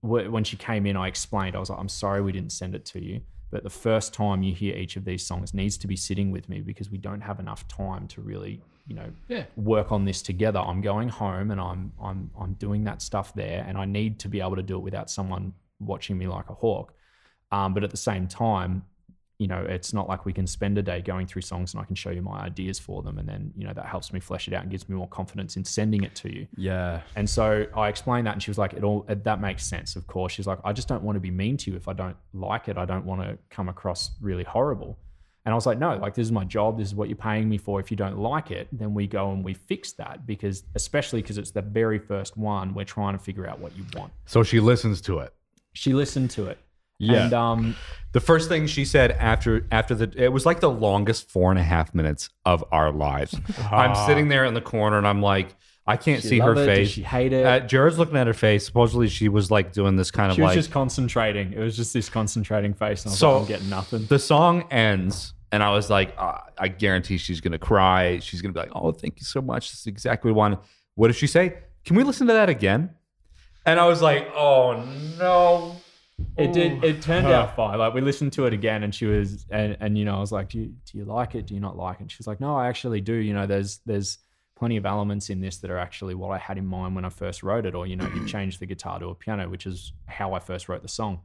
wh- when she came in, I explained, I was like, I'm sorry we didn't send it to you, but the first time you hear each of these songs needs to be sitting with me because we don't have enough time to really, you know, Yeah. work on this together. I'm going home and I'm I'm I'm doing that stuff there, and I need to be able to do it without someone watching me like a hawk. Um, but at the same time, you know, it's not like we can spend a day going through songs and I can show you my ideas for them, and then you know that helps me flesh it out and gives me more confidence in sending it to you. Yeah. And so I explained that, and she was like, "It all uh, that makes sense, of course." She's like, "I just don't want to be mean to you if I don't like it. I don't want to come across really horrible." And I was like, "No, like this is my job. This is what you're paying me for. If you don't like it, then we go and we fix that because, especially because it's the very first one, we're trying to figure out what you want." So she listens to it. She listened to it, Yeah. and um, The first thing she said after after the it was like the longest four and a half minutes of our lives. I'm sitting there in the corner and I'm like, I can't see her love it? Does face. Ah. she hate it? Uh, Jared's looking at her face. Supposedly she was like doing this kind she of was like just concentrating. It was just this concentrating face, and I was So- like, "I'm getting nothing." the song ends and I was like, ah, I guarantee she's gonna cry. She's gonna be like, Oh, thank you so much. This is exactly what I wanted. What did she say? Can we listen to that again? And I was like, Oh no. It did. It turned out fine. Like we listened to it again, and she was, and, and you know, I was like, do you, "Do you like it? Do you not like it?" She was like, "No, I actually do. You know, there's there's plenty of elements in this that are actually what I had in mind when I first wrote it, or you know, you changed the guitar to a piano, which is how I first wrote the song."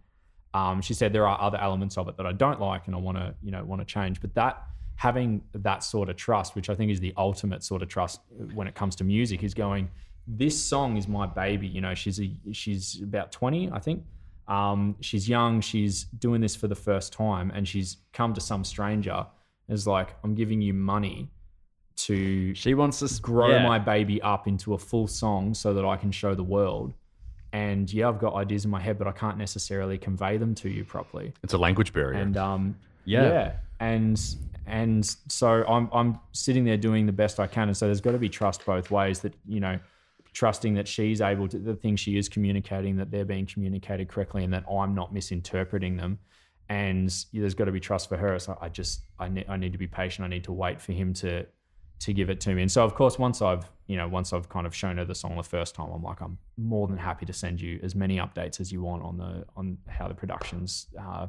Um, she said there are other elements of it that I don't like, and I want to you know want to change. But that having that sort of trust, which I think is the ultimate sort of trust uh, when it comes to music, is going. This song is my baby. You know, she's a, she's about twenty, I think. Um, she's young. She's doing this for the first time, and she's come to some stranger. and Is like, I'm giving you money to She wants to grow my baby up into a full song so that I can show the world. And yeah, I've got ideas in my head, but I can't necessarily convey them to you properly. It's a language barrier. And um, Yeah. yeah. and and so I'm I'm sitting there doing the best I can, and so there's got to be trust both ways. That you know, trusting that she's able to the things she is communicating, that they're being communicated correctly, and that I'm not misinterpreting them. And there's got to be trust for her. So I just I need I need to be patient. I need to wait for him to to give it to me. And so of course once I've you know once I've kind of shown her the song the first time, I'm like I'm more than happy to send you as many updates as you want on the on how the production's uh,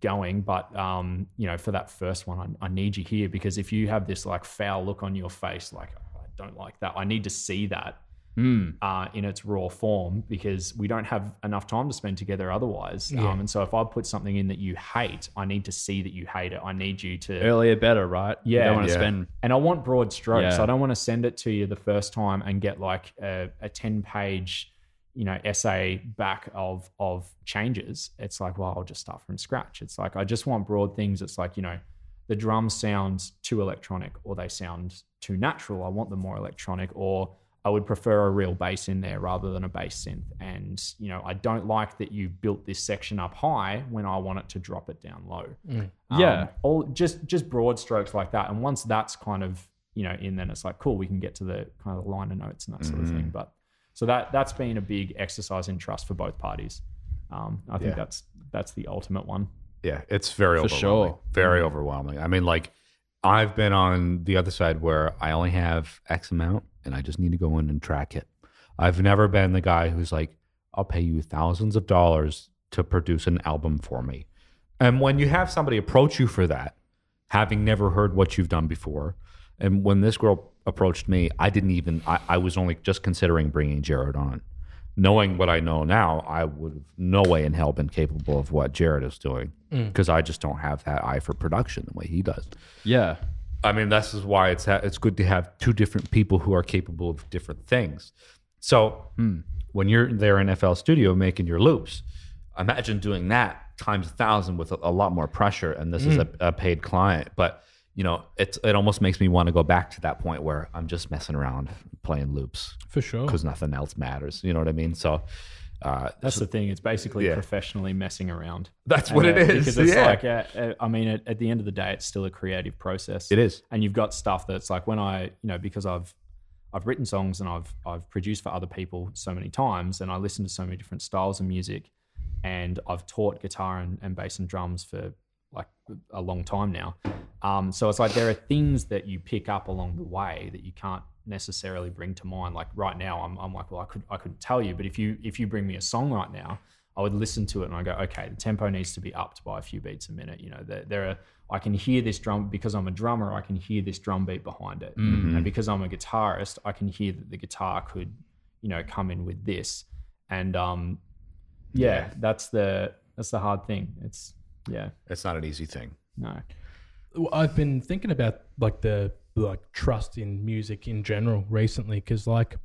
going. But um, you know, for that first one, I, I need you here because if you have this like foul look on your face, like "Oh, I don't like that. I need to see that mm. uh, in its raw form because we don't have enough time to spend together otherwise. Um, and so if I put something in that you hate, I need to see that you hate it. I need you to Earlier, better, right? You Yeah. don't want to Yeah. spend. and I want broad strokes. Yeah. I don't want to send it to you the first time and get like a, a ten page, you know, essay back of of changes. It's like, well, I'll just start from scratch. It's like I just want broad things. It's like you know, the drums sound too electronic or they sound too natural. I want them more electronic or I would prefer a real bass in there rather than a bass synth. And, you know, I don't like that you built this section up high when I want it to drop it down low. Mm. Um, Yeah. all just just broad strokes like that. And once that's kind of, you know, in then it's like, cool, we can get to the kind of liner notes and that sort of thing. Mm. But so that that's been a big exercise in trust for both parties. Um, I think Yeah. that's that's the ultimate one. Yeah, it's very For overwhelming. sure. Mm-hmm. Very overwhelming. I mean, like I've been on the other side where I only have X amount and I just need to go in and track it. I've never been the guy who's like, I'll pay you thousands of dollars to produce an album for me. And when you have somebody approach you for that, having never heard what you've done before, and when this girl approached me, I didn't even, I, I was only just considering bringing Jared on. Knowing what I know now, I would have no way in hell been capable of what Jared is doing because I just don't have that eye for production the way he does. Yeah. I mean, this is why it's ha- it's good to have two different people who are capable of different things. So hmm, when you're there in FL Studio making your loops, imagine doing that times a thousand with a, a lot more pressure. And this is a, a paid client, but you know, it's it almost makes me want to go back to that point where I'm just messing around playing loops for sure. because nothing else matters. You know what I mean? So uh, That's the thing. It's basically Yeah. professionally messing around. that's what it And, uh, is. Because it's yeah. like, uh, uh, I mean, at, at the end of the day, it's still a creative process. it is. and you've got stuff that's like when I, you know, because I've I've written songs and I've I've produced for other people so many times, and I listen to so many different styles of music, and I've taught guitar and, and bass and drums for like a long time now. Um, so it's like there are things that you pick up along the way that you can't necessarily bring to mind. Like right now, I'm, I'm like, well, I could I couldn't tell you, but if you if you bring me a song right now, I would listen to it and I go, okay, the tempo needs to be upped by a few beats a minute. You know, there, there are I can hear this drum because I'm a drummer. I can hear this drum beat behind it, and because I'm a guitarist, I can hear that the guitar could, you know, come in with this, and um, yeah, that's the that's the hard thing. It's yeah, It's not an easy thing. no, Well, I've been thinking about like the like trust in music in general recently because like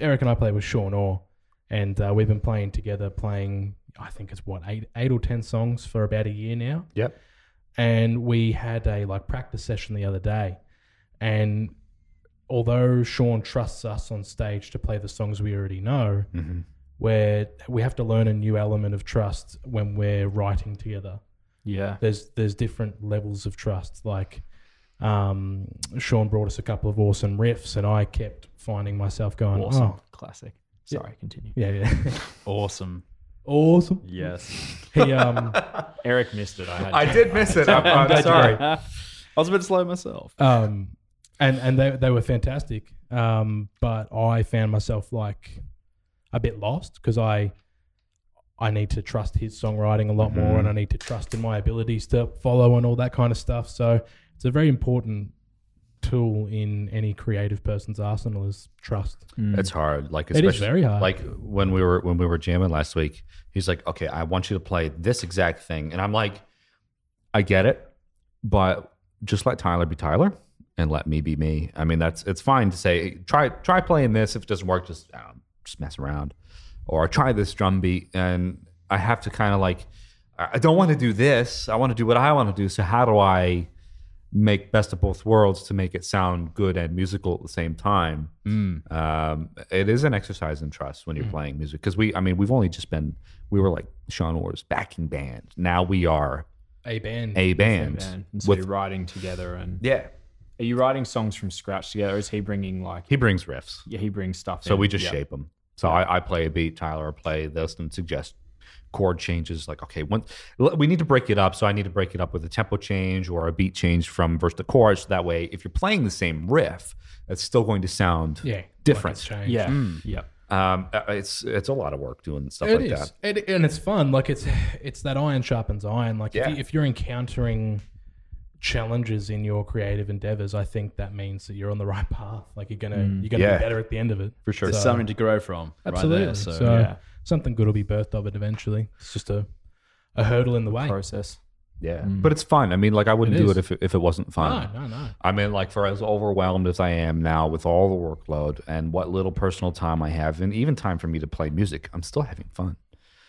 Eric and I play with Sean Orr, and uh, we've been playing together, playing I think it's what eight eight or ten songs for about a year now Yep. and we had a like practice session the other day and although sean trusts us on stage to play the songs we already know where we have to learn a new element of trust when we're writing together yeah, there's there's different levels of trust like um, sean brought us a couple of awesome riffs and i kept finding myself going awesome, oh classic. Sorry, continue. yeah yeah Awesome. awesome Yes. he um Eric missed it. I had I did miss it. I'm, I'm sorry. I was a bit slow myself. um, and and they they were fantastic. Um, but I found myself like a bit lost because I I need to trust his songwriting a lot more, and I need to trust in my abilities to follow and all that kind of stuff. So it's a very important tool in any creative person's arsenal is trust. It's hard. Like Mm. is especially, very hard. Like when we were when we were jamming last week, he's like, "Okay, I want you to play this exact thing," and I'm like, "I get it, but just let Tyler be Tyler and let me be me." I mean, that's it's fine to say try try playing this. If it doesn't work, just um, just mess around, or try this drum beat. And I have to kind of like, I I don't want to do this. I want to do what I want to do. So how do I? make best of both worlds to make it sound good and musical at the same time. Um, it is an exercise in trust when you're playing music because we, I mean, we've only just been we were like Sean Orr's backing band. Now we are A band. a band. Man. And so with- you're writing together, and Yeah, are you writing songs from scratch together? Is he bringing like he brings riffs, yeah, he brings stuff. so in. we just Yeah. shape them. So I, I play a beat, Tyler will play this, and suggest chord changes. Like, okay, one, l- we need to break it up. So I need to break it up with a tempo change or a beat change from verse to chorus. That way, if you're playing the same riff, it's still going to sound yeah, like different. it's changed. Yeah, yeah. um, uh, it's it's a lot of work doing stuff It like is, that. It, and it's fun. Like it's it's that iron sharpens iron. Like Yeah. if, you, if you're encountering challenges in your creative endeavors, I think that means that you're on the right path. Like you're gonna you're gonna Yeah. be better at the end of it. For sure. There's something to grow from. Right there, so so, yeah. something good will be birthed of it eventually. It's just a a hurdle in the way. Process. yeah. But it's fun. I mean, like I wouldn't Mm-hmm. It do is. it if it, if it wasn't fun. No, no, no. I mean, like for as overwhelmed as I am now with all the workload and what little personal time I have, and even time for me to play music, I'm still having fun.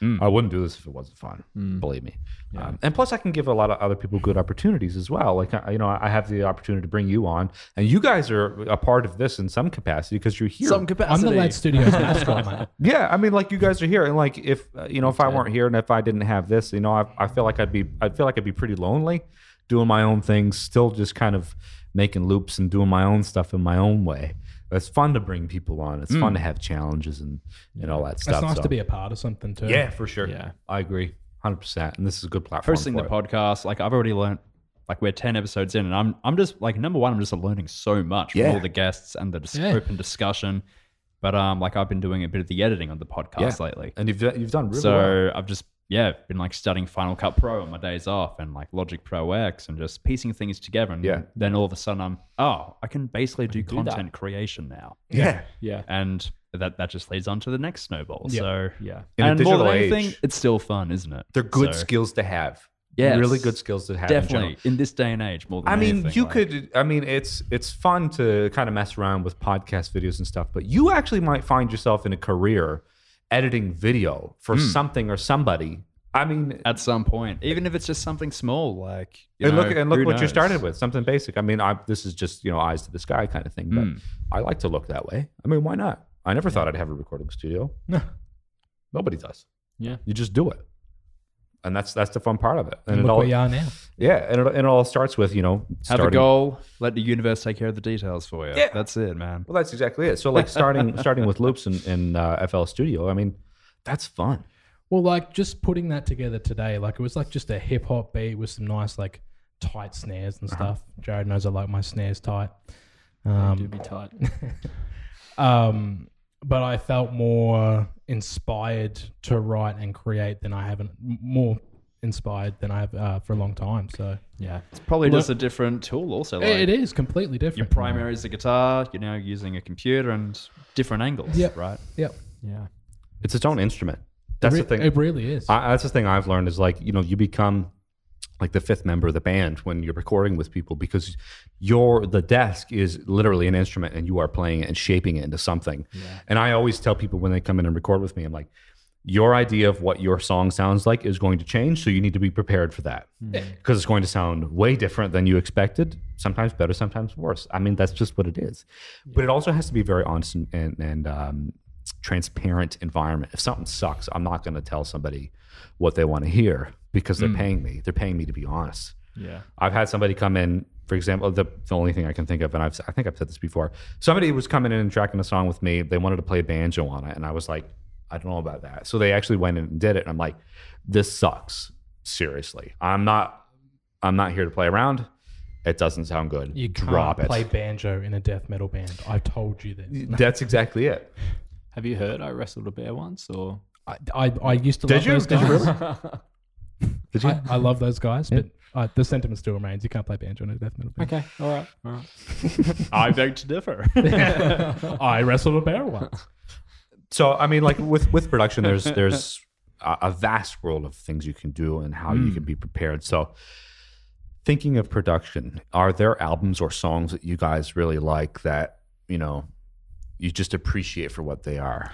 Mm. I wouldn't do this if it wasn't fun. Believe me. Um, and plus, I can give a lot of other people good opportunities as well. Like I, you know, I have the opportunity to bring you on, and you guys are a part of this in some capacity because you're here. some I'm capacity. the lad studio's mascot, mate. Yeah, I mean, like you guys are here, and like if uh, you know, if I weren't here and if I didn't have this, you know, I, I feel like I'd be, I feel like I'd be pretty lonely, doing my own things, still just kind of making loops and doing my own stuff in my own way. It's fun to bring people on. It's fun to have challenges and and all that stuff. It's Mm. nice so- to be a part of something too. yeah, for sure. Yeah. I agree, hundred percent. And this is a good platform. hosting for the it. podcast, like I've already learned, like we're ten episodes in, and I'm I'm just like number one, I'm just learning so much Yeah. from all the guests and the dis- Yeah. open discussion. But um, like I've been doing a bit of the editing on the podcast Yeah. lately, and you've you've done really so well. I've just yeah been like studying Final Cut Pro on my days off and like Logic Pro X and just piecing things together. And Yeah. then all of a sudden I'm oh I can basically do content creation now, Yeah, Yeah, and that that just leads on to the next snowball. Yeah. So yeah. In a and more digital than age, anything, it's still fun, isn't it? they're good So, skills to have. Yes. really good skills to have. in general. Definitely, in this day and age, more than I mean, anything, you like- could. I mean, it's it's fun to kind of mess around with podcast videos and stuff, but you actually might find yourself in a career editing video Hmm. for something or somebody. I mean, at some point, even if it's just something small, like you and know, look and look who what you knows? started with, something basic. I mean, I, this is just you know eyes to the sky kind of thing, but Hmm. I like to look that way. I mean, why not? I never thought I'd have a recording studio. No. Nobody does. Yeah. you just do it, and that's that's the fun part of it. And, Look it all, where you are now. yeah, and it, and it all starts with you know Have a starting- goal, let the universe take care of the details for you. Yeah. that's it, man. Well, that's exactly it. So, like starting starting with loops in, in uh, FL Studio, I mean, that's fun. Well, like just putting that together today, like it was like just a hip hop beat with some nice like tight snares and stuff. Jared knows I like my snares tight. do Um, be tight. um, but I felt more inspired to write and create than I haven't m- more inspired than I have uh, for a long time. So Yeah. It's probably just a different tool, also. Like, it is completely different. Your primary is the guitar. You're now using a computer and different angles, Yep. right? Yep. Yeah. It's its own instrument. That's the Re- thing. It really is. I, that's the thing I've learned is like you know you become like the fifth member of the band when you're recording with people because your the desk is literally an instrument and you are playing it and shaping it into something. And I always tell people when they come in and record with me, I'm like, your idea of what your song sounds like is going to change, so you need to be prepared for that because it's going to sound way different than you expected. Sometimes better, sometimes worse. I mean, that's just what it is. But it also has to be very honest and and, and um, transparent environment. If something sucks, I'm not going to tell somebody what they want to hear because Mm. they're paying me. They're paying me to be honest. Yeah. I've had somebody come in, for example, the, the only thing I can think of, and I've, I think I've said this before. Somebody was coming in and tracking a song with me. They wanted to play banjo on it, and I was like, I don't know about that. So they actually went in and did it, and I'm like, this sucks. Seriously, I'm not, I'm not here to play around. It doesn't sound good. you can't drop it. play banjo in a death metal band. I told you this. That's exactly it. Have you heard I wrestled a bear once or? I, I, I used to Did love you? those Did guys. you really? Did you? I, I love those guys, but uh, the sentiment still remains: you can't play banjo in a death metal band. Okay. All right. All right. I beg to differ. I wrestled a bear once. so I mean, like with with production, there's there's a, a vast world of things you can do and how you can be prepared. So, thinking of production, are there albums or songs that you guys really like that you know you just appreciate for what they are?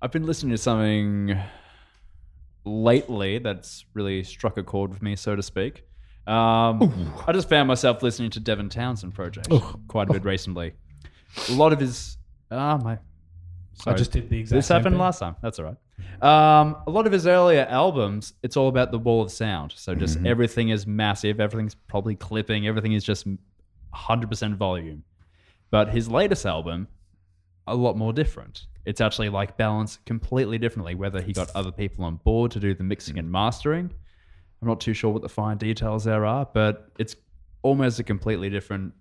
I've been listening to something lately that's really struck a chord with me, so to speak. Um, I just found myself listening to Devin Townsend Project quite a bit recently. A lot of his. Ah, my. I just did the exact. This same happened thing. last time. That's all right. Um, a lot of his earlier albums, it's all about the wall of sound. So just everything is massive. Everything's probably clipping. Everything is just 100% volume. But his latest album, a lot more different. It's actually like balanced completely differently. Whether he got other people on board to do the mixing and mastering, I'm not too sure what the fine details there are, but it's almost a completely different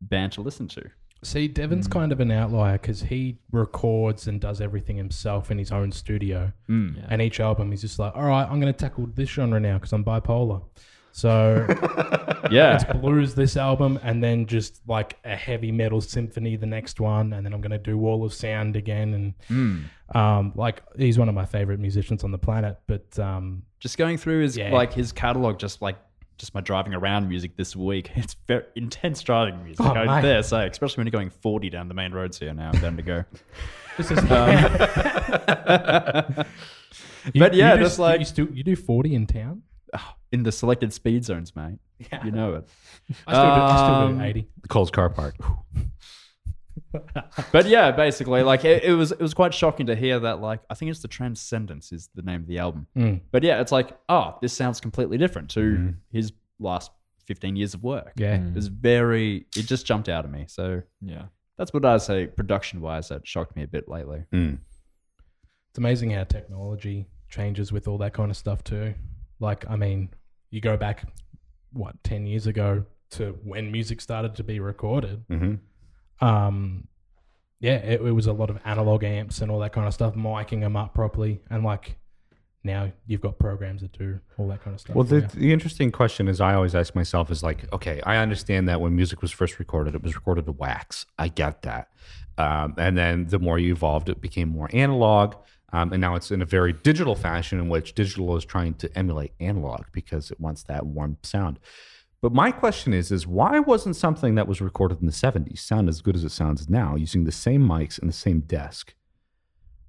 band to listen to. See, Mm. Devin's kind of an outlier because he records and does everything himself in his own studio. Mm. Yeah. And each album, he's just like, "All right, I'm going to tackle this genre now because I'm bipolar." So Yeah, it's blues this album, and then just like a heavy metal symphony the next one, and then I'm going to do Wall of Sound again. And Hmm. um, like, he's one of my favorite musicians on the planet. But um, just going through his Yeah. like his catalog just like just my driving around music this week it's very intense driving music Oh, out mate. there so especially when you're going 40 down the main roads here now down to go this Um, is You- But yeah, you do, just like- you, still, you do 40 in town. in the selected speed zones mate you know it I still, do, I still Um, do 80. The Cole's car park. but yeah basically like it, it was it was quite shocking to hear that like i think it's the transcendence is the name of the album Mm. but yeah it's like oh this sounds completely different to his last 15 years of work Yeah. it was very it just jumped out of me so Yeah. that's what i'd say production wise that shocked me a bit lately It's amazing how technology changes with all that kind of stuff too. Like, I mean, you go back what ten years ago to when music started to be recorded. Mhm. Um, yeah, it, it was a lot of analog amps and all that kind of stuff, micing them up properly, and like now you've got programs that do all that kind of stuff. Well, the, for you. the interesting question is I always ask myself is like, okay, I understand that when music was first recorded, it was recorded to wax. I get that. Um, and then the more you evolved, it became more analog. Um, and now it's in a very digital fashion in which digital is trying to emulate analog because it wants that warm sound. But my question is, is why wasn't something that was recorded in the 70s sound as good as it sounds now using the same mics and the same desk?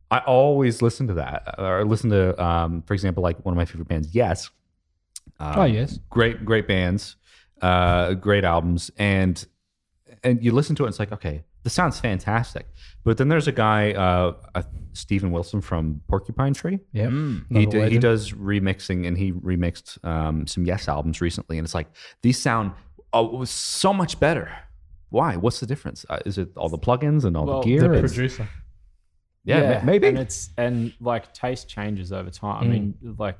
I always listen to that or listen to, um, for example, like one of my favorite bands, Yes Ah, oh yes, great great bands uh great albums and and you listen to it and it's like okay this sounds fantastic but then there's a guy uh, uh stephen wilson from porcupine tree he, yeah. Another d- mm. he legend. does remixing and he remixed um, some yes albums recently and it's like these sound oh, so much better why what's the difference uh, is it Uh, all the plugins and all Well, the gear The It's- producer. Yeah, ma- maybe. And it's and like taste changes over time. I mean, like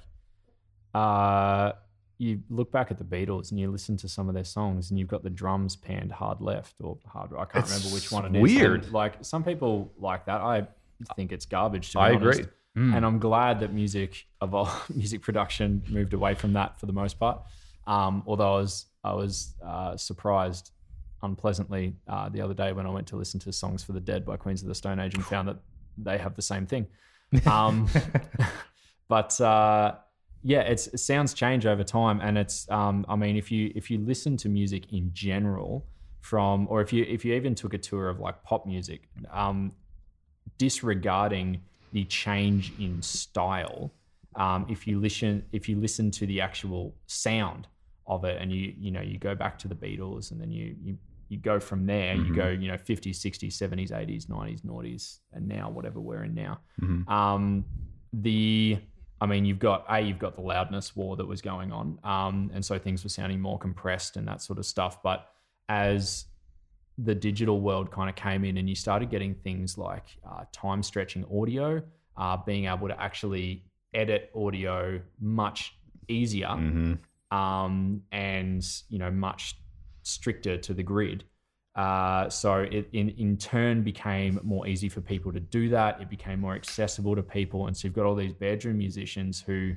uh you look back at the Beatles and you listen to some of their songs and you've got the drums panned hard left or hard right. I can't remember which one it is. weird. And, like some people like that. I think it's garbage to be I honest. agree. Hmm. And I'm glad that music evolved, music production moved away from that for the most part. Um, although I was I was uh, surprised unpleasantly uh, the other day when I went to listen to Songs for the Dead by Queens of the Stone Age and found that they have the same thing. Um, but uh, yeah, it's sounds change over time, and it's um, I mean, if you if you listen to music in general from, or if you if you even took a tour of like pop music, um, disregarding the change in style. Um, if you listen, if you listen to the actual sound of it, and you you know you go back to the Beatles, and then you you you go from there. You go you know 50s, 60s, 70s, 80s, 90s, noughties, and now whatever we're in now. Um, the I mean, you've got a you've got the loudness war that was going on, um, and so things were sounding more compressed and that sort of stuff. But as the digital world kind of came in and you started getting things like uh, time stretching audio, uh, being able to actually edit audio much easier Mm-hmm. um, and you know much stricter to the grid. Uh, so it in, in turn became more easy for people to do that. It became more accessible to people, and so you've got all these bedroom musicians who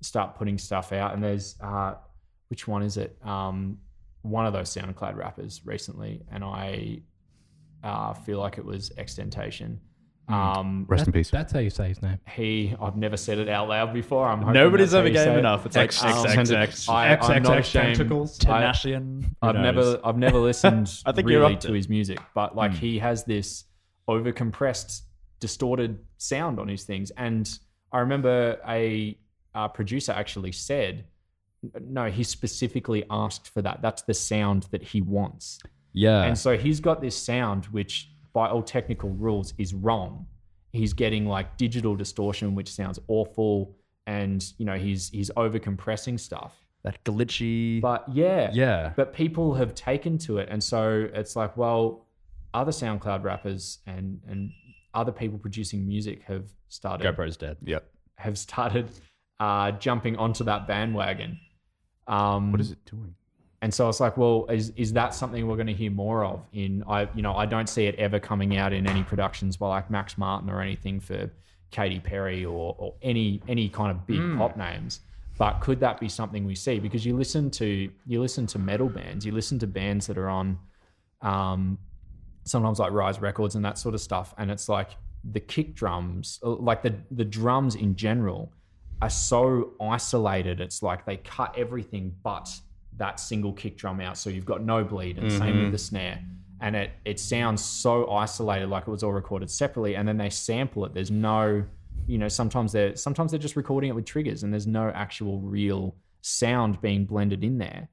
start putting stuff out. And there's uh, which one is it? Um, one of those SoundCloud rappers recently, and I uh, feel like it was Extentation. Mm. Um, Rest in peace. That's how you say his name. he, I've never said it out loud before. I'm hoping Nobody's that's how ever you say gave it. enough. It's like Um, X, X, X. I- I'm not ashamed. I- Tenashian. I've never I've never listened I think you're really up to to- Hmm. his music, but like he has this overcompressed, distorted sound on his things. And I remember a, uh producer actually said, "No, he specifically asked for that. That's the sound that he wants." Yeah. And so he's got this sound which, by all technical rules, is wrong. He's getting like digital distortion, which sounds awful, and you know he's he's overcompressing stuff. That glitchy. But yeah, Yeah. but people have taken to it and so it's like well other soundcloud rappers and and other people producing music have started GoPro's dead. Yep. have started uh, jumping onto that bandwagon um What is it doing? and so it's like well is is that something we're going to hear more of in i you know i don't see it ever coming out in any productions by like max martin or anything for Katy Perry or, or any any kind of big pop names. But could that be something we see? Because you listen to you listen to metal bands, you listen to bands that are on um, sometimes like Rise Records and that sort of stuff, and it's like the kick drums, uh, like the the drums in general, are so isolated. It's like they cut everything but that single kick drum out, so you've got no bleed, and same with the snare. And it it sounds so isolated, like it was all recorded separately, and then they sample it. There's no, you know, sometimes they're sometimes they're just recording it with triggers, and there's no actual real sound being blended in there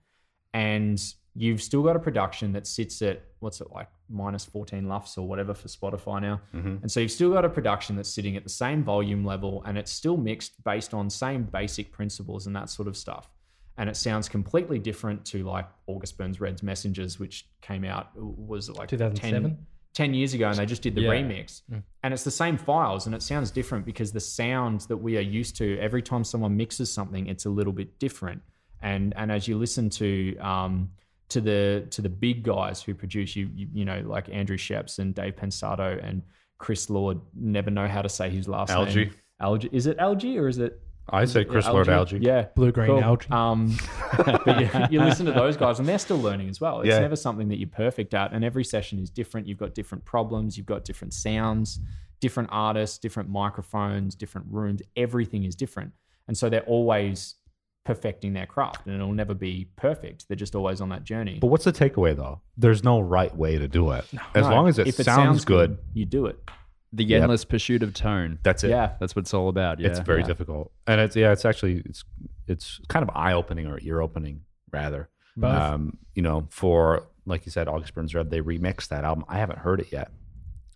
and you've still got a production that sits at what's it like minus 14 lufs or whatever for Spotify now. And so you've still got a production that's sitting at the same volume level and it's still mixed based on same basic principles and that sort of stuff. And it sounds completely different to like August Burns Red's Messengers, which came out was it like 10, 2007? 10 years ago and they just did the Yeah. remix. And it's the same files and it sounds different because the sound that we are used to every time someone mixes something, it's a little bit different. And and as you listen to um, to the to the big guys who produce you, you, you know, like Andrew Sheps and Dave Pensato and Chris Lord never know how to say his last Algie. name. Algie. Is it algae or is it I say Chris Lord Algie. Yeah. Blue green Cool. Ah, algae. Um, but you, you listen to those guys, and they're still learning as well. It's Yeah. never something that you're perfect at, and every session is different. You've got different problems, you've got different sounds, different artists, different microphones, different rooms. Everything is different, and so they're always perfecting their craft, and it'll never be perfect. They're just always on that journey. But what's the takeaway though? There's no right way to do it. As No, long as it, if sounds, good, you do it. The endless pursuit of tone. that's it. Yeah. That's what it's all about. Yeah. It's very difficult, and it's yeah, it's actually it's it's kind of eye opening or ear opening rather. Both. Um, you know, for like you said, August Burns Red, they remixed that album. I haven't heard it yet.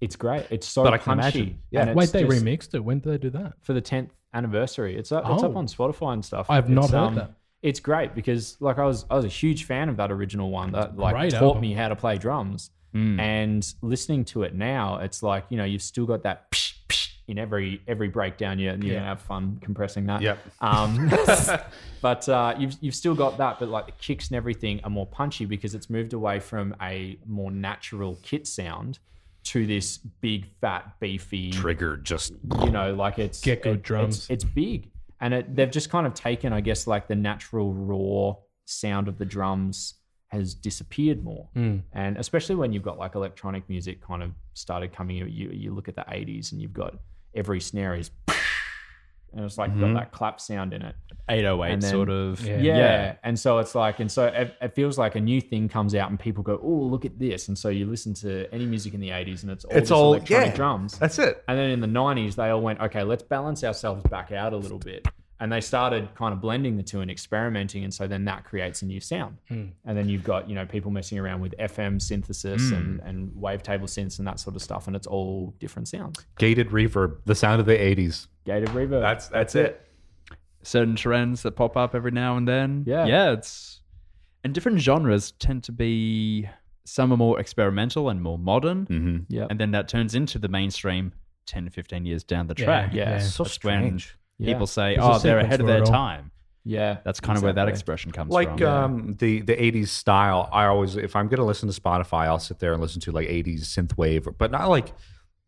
It's great. It's so But I punchy. can imagine. and Yeah. it's Wait, they just- remixed it. When did they do that? for the 10th anniversary. It's up, it's Oh. up on Spotify and stuff. I have not It's, um, heard that. it's great because like I was I was a huge fan of that original one that like Great taught album. me how to play drums. And listening to it now, it's like you know you've still got that psh, psh in every every breakdown. You you Yeah. have fun compressing that. Yep. Um, but uh, you've you've still got that, but like the kicks and everything are more punchy because it's moved away from a more natural kit sound to this big fat beefy Trigger just you know, like it's Get good it- it's- drums. It's, big, and it, they've just kind of taken, I guess, like the natural raw sound of the drums has disappeared more. Hmm. And especially when you've got like electronic music kind of started coming, you you, you look at the '80s and you've got every snare is, and it's like Mm-hmm. got that clap sound in it. 808 And then- sort of. Yeah. Yeah. And so it's like, and so it, it feels like a new thing comes out and people go, oh, look at this. And so you listen to any music in the 80s and it's all It's just all- electronic yeah. drums. That's it. And then in the 90s, they all went, okay, let's balance ourselves back out a little bit. And they started kind of blending the two and experimenting. And so then that creates a new sound. And then you've got, you know, people messing around with FM synthesis and, Hmm. and wavetable synths and that sort of stuff. And it's all different sounds. gated reverb, the sound of the 80s. Gated reverb. That's that's it. Certain trends that pop up every now and then. Yeah. Yeah. It's and different genres tend to be some are more experimental and more modern. Mm-hmm. yeah. And then that turns into the mainstream 10, 15 years down the Yeah, track. yeah. yeah. So That's when strange. Yeah. People say, There's a oh, they're sequence ahead of for their it all. time. yeah. That's kind of where that Exactly. expression comes Like from. um, the the 80s style. I always, if I'm gonna listen to Spotify, I'll sit there and listen to like 80s synthwave, but not like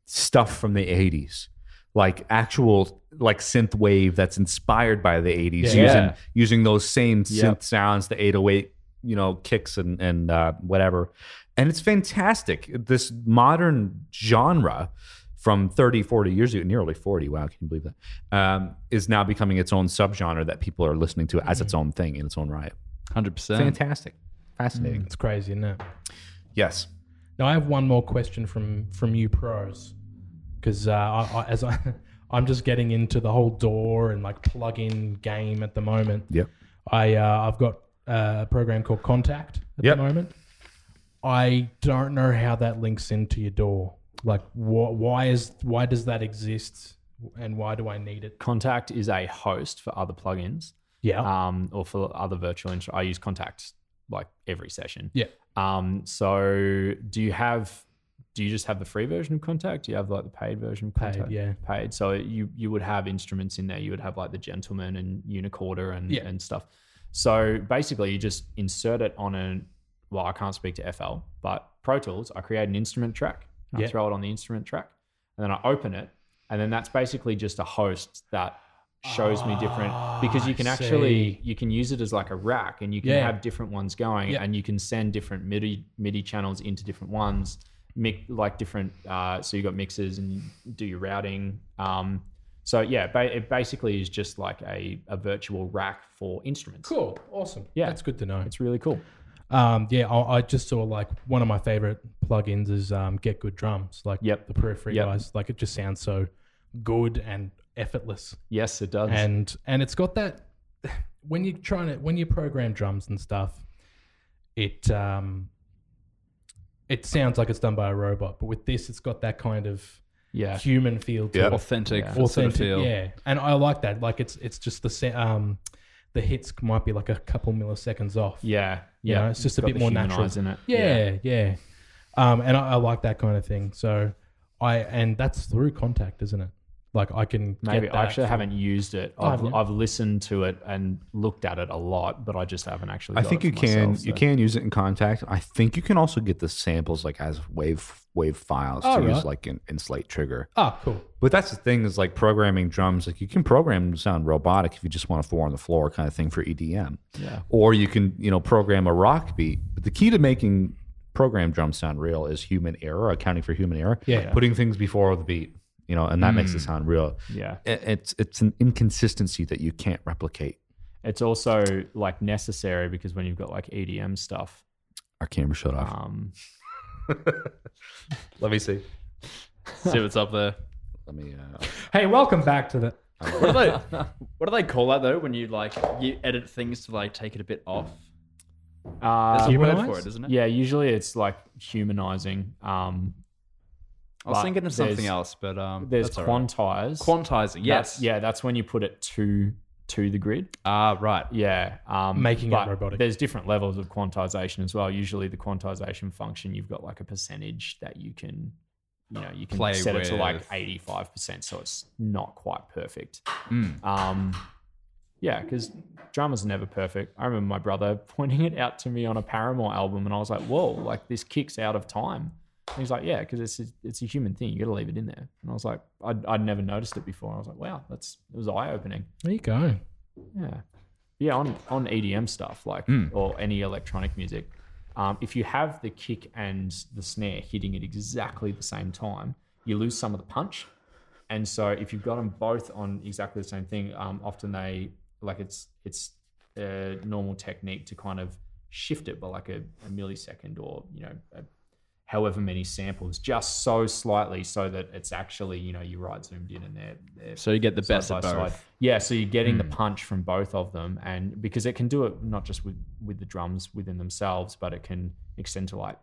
stuff from the 80s. Like actual like synth wave that's inspired by the 80s, Yeah. using using those same synth Yep. sounds, the 808, you know, kicks and and uh, whatever. And it's fantastic. This modern genre from 30, 40 years ago, nearly 40, wow, can you believe that? Um, is now becoming its own subgenre that people are listening to as its own thing in its own right. 100%. Fantastic. Fascinating. It's crazy, isn't it? Yes. Now I have one more question from from you pros, because uh, I, I, as I I'm just getting into the whole door and like plug in game at the moment. Yep. I uh, I've got uh, a program called Contact at Yep. the moment. I don't know how that links into your door. Like, wh- why is why does that exist, and why do I need it? Uh, Contact is a host for other plugins. Yeah. um, or for other virtual instru- I use Contact like every session. Yeah. Um, so do you have? Do you just have the free version of Contact? Do you have like the paid version of Paid, Contact? yeah. Paid. So you you would have instruments in there. You would have like the Gentleman and Unicorder and Yeah. and stuff. So basically, you just insert it on an. Well, I can't speak to FL, but Pro Tools. I create an instrument track. I Yeah. throw it on the instrument track, and then I open it, and then that's basically just a host that shows me different because you Ah, I can actually see. you can use it as like a rack and you can Yeah. have different ones going Yeah. and you can send different MIDI MIDI channels into different ones mix, like different uh, so you got mixes and you do your routing um, so yeah ba- it basically is just like a, a virtual rack for instruments Cool. Awesome. Yeah. That's good to know. it's really cool Um, yeah, I, I just saw like one of my favorite plugins is um, Get Good Drums, like Yep. the periphery Yep. guys. Like it just sounds so good and effortless, yes it does and and it's got that when you're trying to when you program drums and stuff, it um, it sounds like it's done by a robot, but with this, it's got that kind of yeah human feel to Yeah. it Authentic, Yeah. sort of feel. yeah and i like that like it's it's just the sa- um the hits might be like a couple milliseconds off yeah you yeah know, it's just a got bit the more human natural. eyes in it Yeah, yeah. Um, and I, I like that kind of thing. So I and that's through contact, isn't it? Like I can Maybe get I that actually from- haven't used it. Oh, have I've, you? I've listened to it and looked at it a lot, but I just haven't actually. I got think it you for can myself, you so- can use it in contact. I think you can also get the samples like as wave wave files Oh, to use right. like in, in Slate Trigger. Oh, cool. But that's the thing is like programming drums, like you can program them to sound robotic if you just want a four on the floor kind of thing for EDM. Yeah. Or you can, you know, program a rock beat. But the key to making program drums sound real is human error, accounting for human error. Yeah. Putting things before the beat, you know, and that makes it Mm. sound real. Yeah. I- It's it's an inconsistency that you can't replicate. It's also like necessary because when you've got like EDM stuff, Our camera shut off. um, Let me see. See what's up there. Let me uh, Hey, welcome back to the. What do they What do they call that though? When you like you edit things to like take it a bit off. There's uh, a word Humanize? for it, isn't it? yeah, usually it's like humanizing. Um, I was But thinking of something there's- else, but um, there's that's all right. quantize. quantizing. Yes. That's- yeah, that's when you put it too to the grid. Ah, right. Yeah, um, Making it but robotic. There's different levels of quantization as well. Usually, the quantization function you've got like a percentage that you can, you know, you can Play set it to like with. 85 percent, so it's not quite perfect. Hmm. Um, yeah, because drama's never perfect. I remember my brother pointing it out to me on a Paramore album, and I was like, "Whoa! Like this kicks out of time." And he's like, "Yeah, because it's a, it's a human thing. You got to leave it in there." And I was like, I'd, "I'd never noticed it before." I was like, "Wow, that's it was eye opening." There you go. Yeah. Yeah, on, on EDM stuff, like, or any electronic music, um, if you have the kick and the snare hitting at exactly the same time, you lose some of the punch. And so if you've got them both on exactly the same thing, um, often they, like, it's, it's a normal technique to kind of shift it by like a, a millisecond or, you know, a, however many samples, just so slightly so that it's actually, you know, you're right zoomed in and they're, they're So you get the best side of by both. side. Yeah, so you're getting Hmm. the punch from both of them, and because it can do it not just with with the drums within themselves, but it can extend to like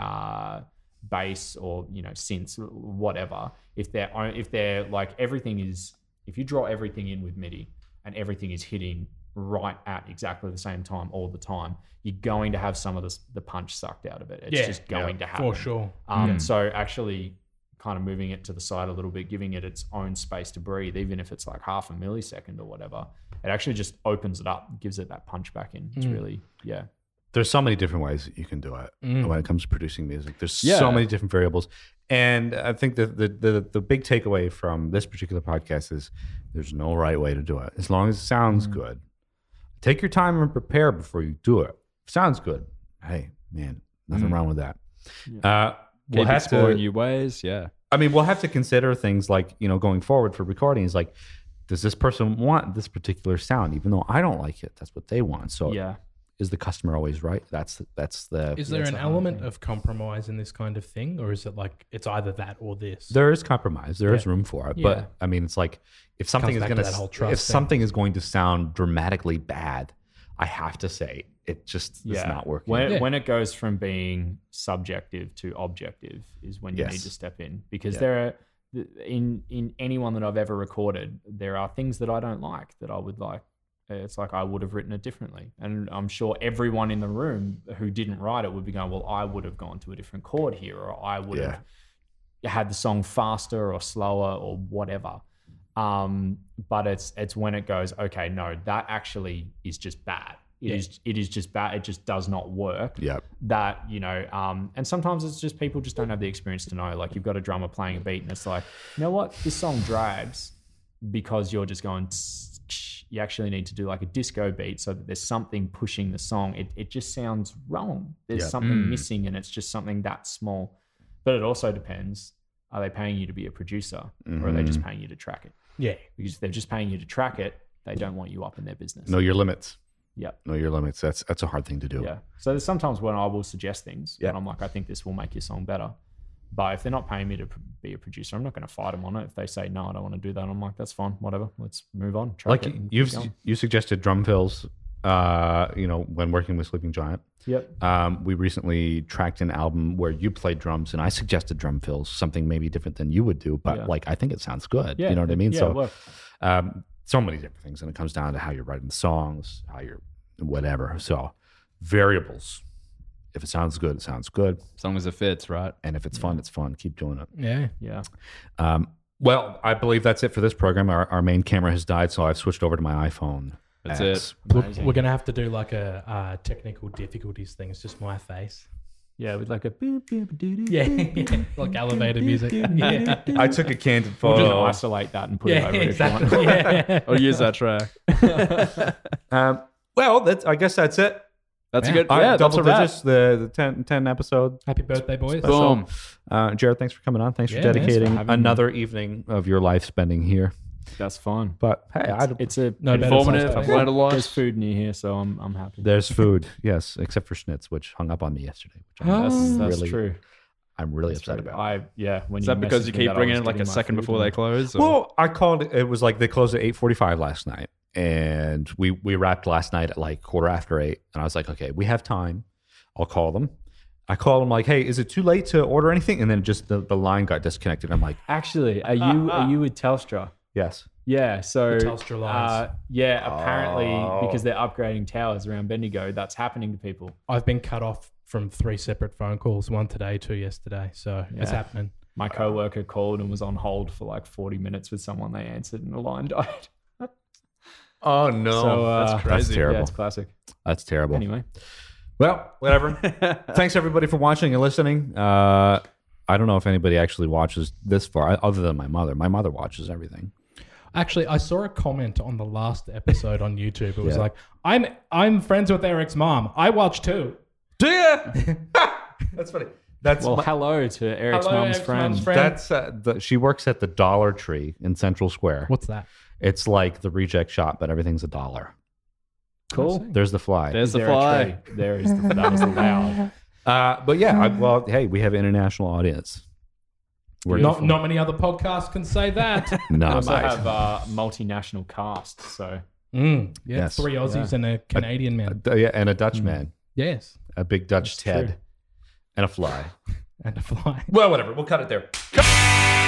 uh, bass or you know synths, whatever. If they're on- if they're like everything is, if you draw everything in with MIDI and everything is hitting right at exactly the same time all the time, you're going to have some of the the punch sucked out of it. It's Yeah. just going to happen For sure. um, So actually, kind of moving it to the side a little bit, giving it its own space to breathe, even if it's like half a millisecond or whatever, it actually just opens it up, gives it that punch back in. It's really yeah. there's so many different ways that you can do it when it comes to producing music. There's Yeah. so many different variables. And I think the, the the the big takeaway from this particular podcast is there's no right way to do it. As long as it sounds good. Take your time and prepare before you do it. Sounds good. Hey, man, nothing wrong with that. Uh we'll Keep have exploring to new ways. Yeah. I mean, we'll have to consider things like, you know, going forward for recordings like does this person want this particular sound even though I don't like it? That's what they want. So Yeah. is the customer always right? That's that's the Is there an element of compromise in this kind of thing, or is it like it's either that or this? there is compromise. There is room for it, Yeah. but I mean, it's like if something Comes is back to going that whole to trust if thing. something is going to sound dramatically bad, I have to say it just is yeah. not working. When, Yeah. when it goes from being subjective to objective is when you Yes. need to step in because there are th- in in anyone that I've ever recorded, there are things that I don't like that I would like. It's like I would have written it differently, and I'm sure everyone in the room who didn't write it would be going, "Well, I would have gone to a different chord here, or I would have had the song faster or slower or whatever." um, but it's it's when it goes okay no that actually is just bad It is it is just bad it just does not work Yep. that you know um, and sometimes it's just people just don't have the experience to know like you've got a drummer playing a beat and it's like you know what this song drags because you're just going tss, tsh. you actually need to do like a disco beat so that there's something pushing the song it, it just sounds wrong there's Yep. something Mm. missing and it's just something that small but it also depends are they paying you to be a producer or are they just paying you to track it yeah. because if they're just paying you to track it, they don't want you up in their business. Know your limits. Yep. Know your limits. That's that's a hard thing to do. Yeah. So there's sometimes when I will suggest things Yeah. and I'm like, I think this will make your song better. But if they're not paying me to pr- be a producer, I'm not going to fight them on it. If they say, no, I don't want to do that, I'm like, that's fine. Whatever. Let's move on. Track Like it and you've keep going." you suggested drum fills. Uh, you know, when working with Sleeping Giant, Yep. um, we recently tracked an album where you played drums, and I suggested drum fills, something maybe different than you would do, but Yeah. like I think it sounds good. Yeah. you know what I mean? Yeah, so it worked. um, so many different things, and it comes down to how you're writing the songs, how you're whatever. So variables. If it sounds good, it sounds good, As long as it fits, right? and if it's fun, it's fun. Keep doing it. Yeah. Yeah. Um, well, I believe that's it for this program. Our, our main camera has died, so I've switched over to my iPhone. That's X. it. We're, Amazing. we're gonna have to do like a uh, technical difficulties thing. It's just my face. Yeah. With like a boop, boop, doo, doo. Yeah, like elevator music. Yeah, I took a candid We'll just photo. isolate that and put it yeah, over if you exactly. want. Yeah. I'll use that track. Um, well, that's, I guess that's it. That's a Yeah. good. All right, Yeah, that's double a wrap. digits, the, the 10, 10 episode. Happy birthday, boys. Boom. Uh, Jared, thanks for coming on. Thanks Yeah, for thanks for dedicating having me. another evening of your life spending here. That's fine. But hey, I, It's a No better Informative. size I've thing. learned a lot. there's food near here, so I'm I'm happy. There's food, yes, except for Schnitz, which hung up on me yesterday. Which I'm, That's, that's really true. I'm really That's upset true. about. I yeah. Oh. When Is that because you messaged me keep that, I bringing was in like a getting my second food before and- they close? or- Well, I called. It was like they closed at eight forty-five last night, and we we wrapped last night at like quarter after eight. And I was like, okay, we have time. I'll call them. I called them like, hey, is it too late to order anything? And then just the, the line got disconnected. I'm like, Actually, are you are you with Telstra? yes. Yeah, so The Telstra lines. uh, yeah, apparently because they're upgrading towers around Bendigo, that's happening to people. I've been cut off from three separate phone calls, one today, two yesterday. So it's Yeah. happening. My coworker called and was on hold for like 40 minutes with someone they answered and the line died. Oh no, So, uh, that's That's crazy. Yeah, terrible. it's classic. That's terrible. Anyway, Well, whatever. Thanks everybody for watching and listening. Uh, I don't know if anybody actually watches this far, other than my mother. My mother watches everything. Actually, I saw a comment on the last episode on YouTube. It was like, "I'm I'm friends with Eric's mom. I watch too." Do you? that's funny. That's well, my- hello to Eric's Hello, mom's Eric's friend. mom's friend. That's uh, the, she works at the Dollar Tree in Central Square. What's that? It's like the reject shop, but everything's a dollar. Cool. There's the fly. There's the There a fly. tree. There is the, that was the loud. Uh, but yeah, I, well, hey, we have an international audience. We're Not not many other podcasts can say that. no, I also mate. have uh, multinational cast, so mm, yeah, Yes. three Aussies and a Canadian man. Uh, yeah, and a Dutch man, yes, a big Dutch Ted, and a fly. and a fly. Well, whatever. We'll cut it there.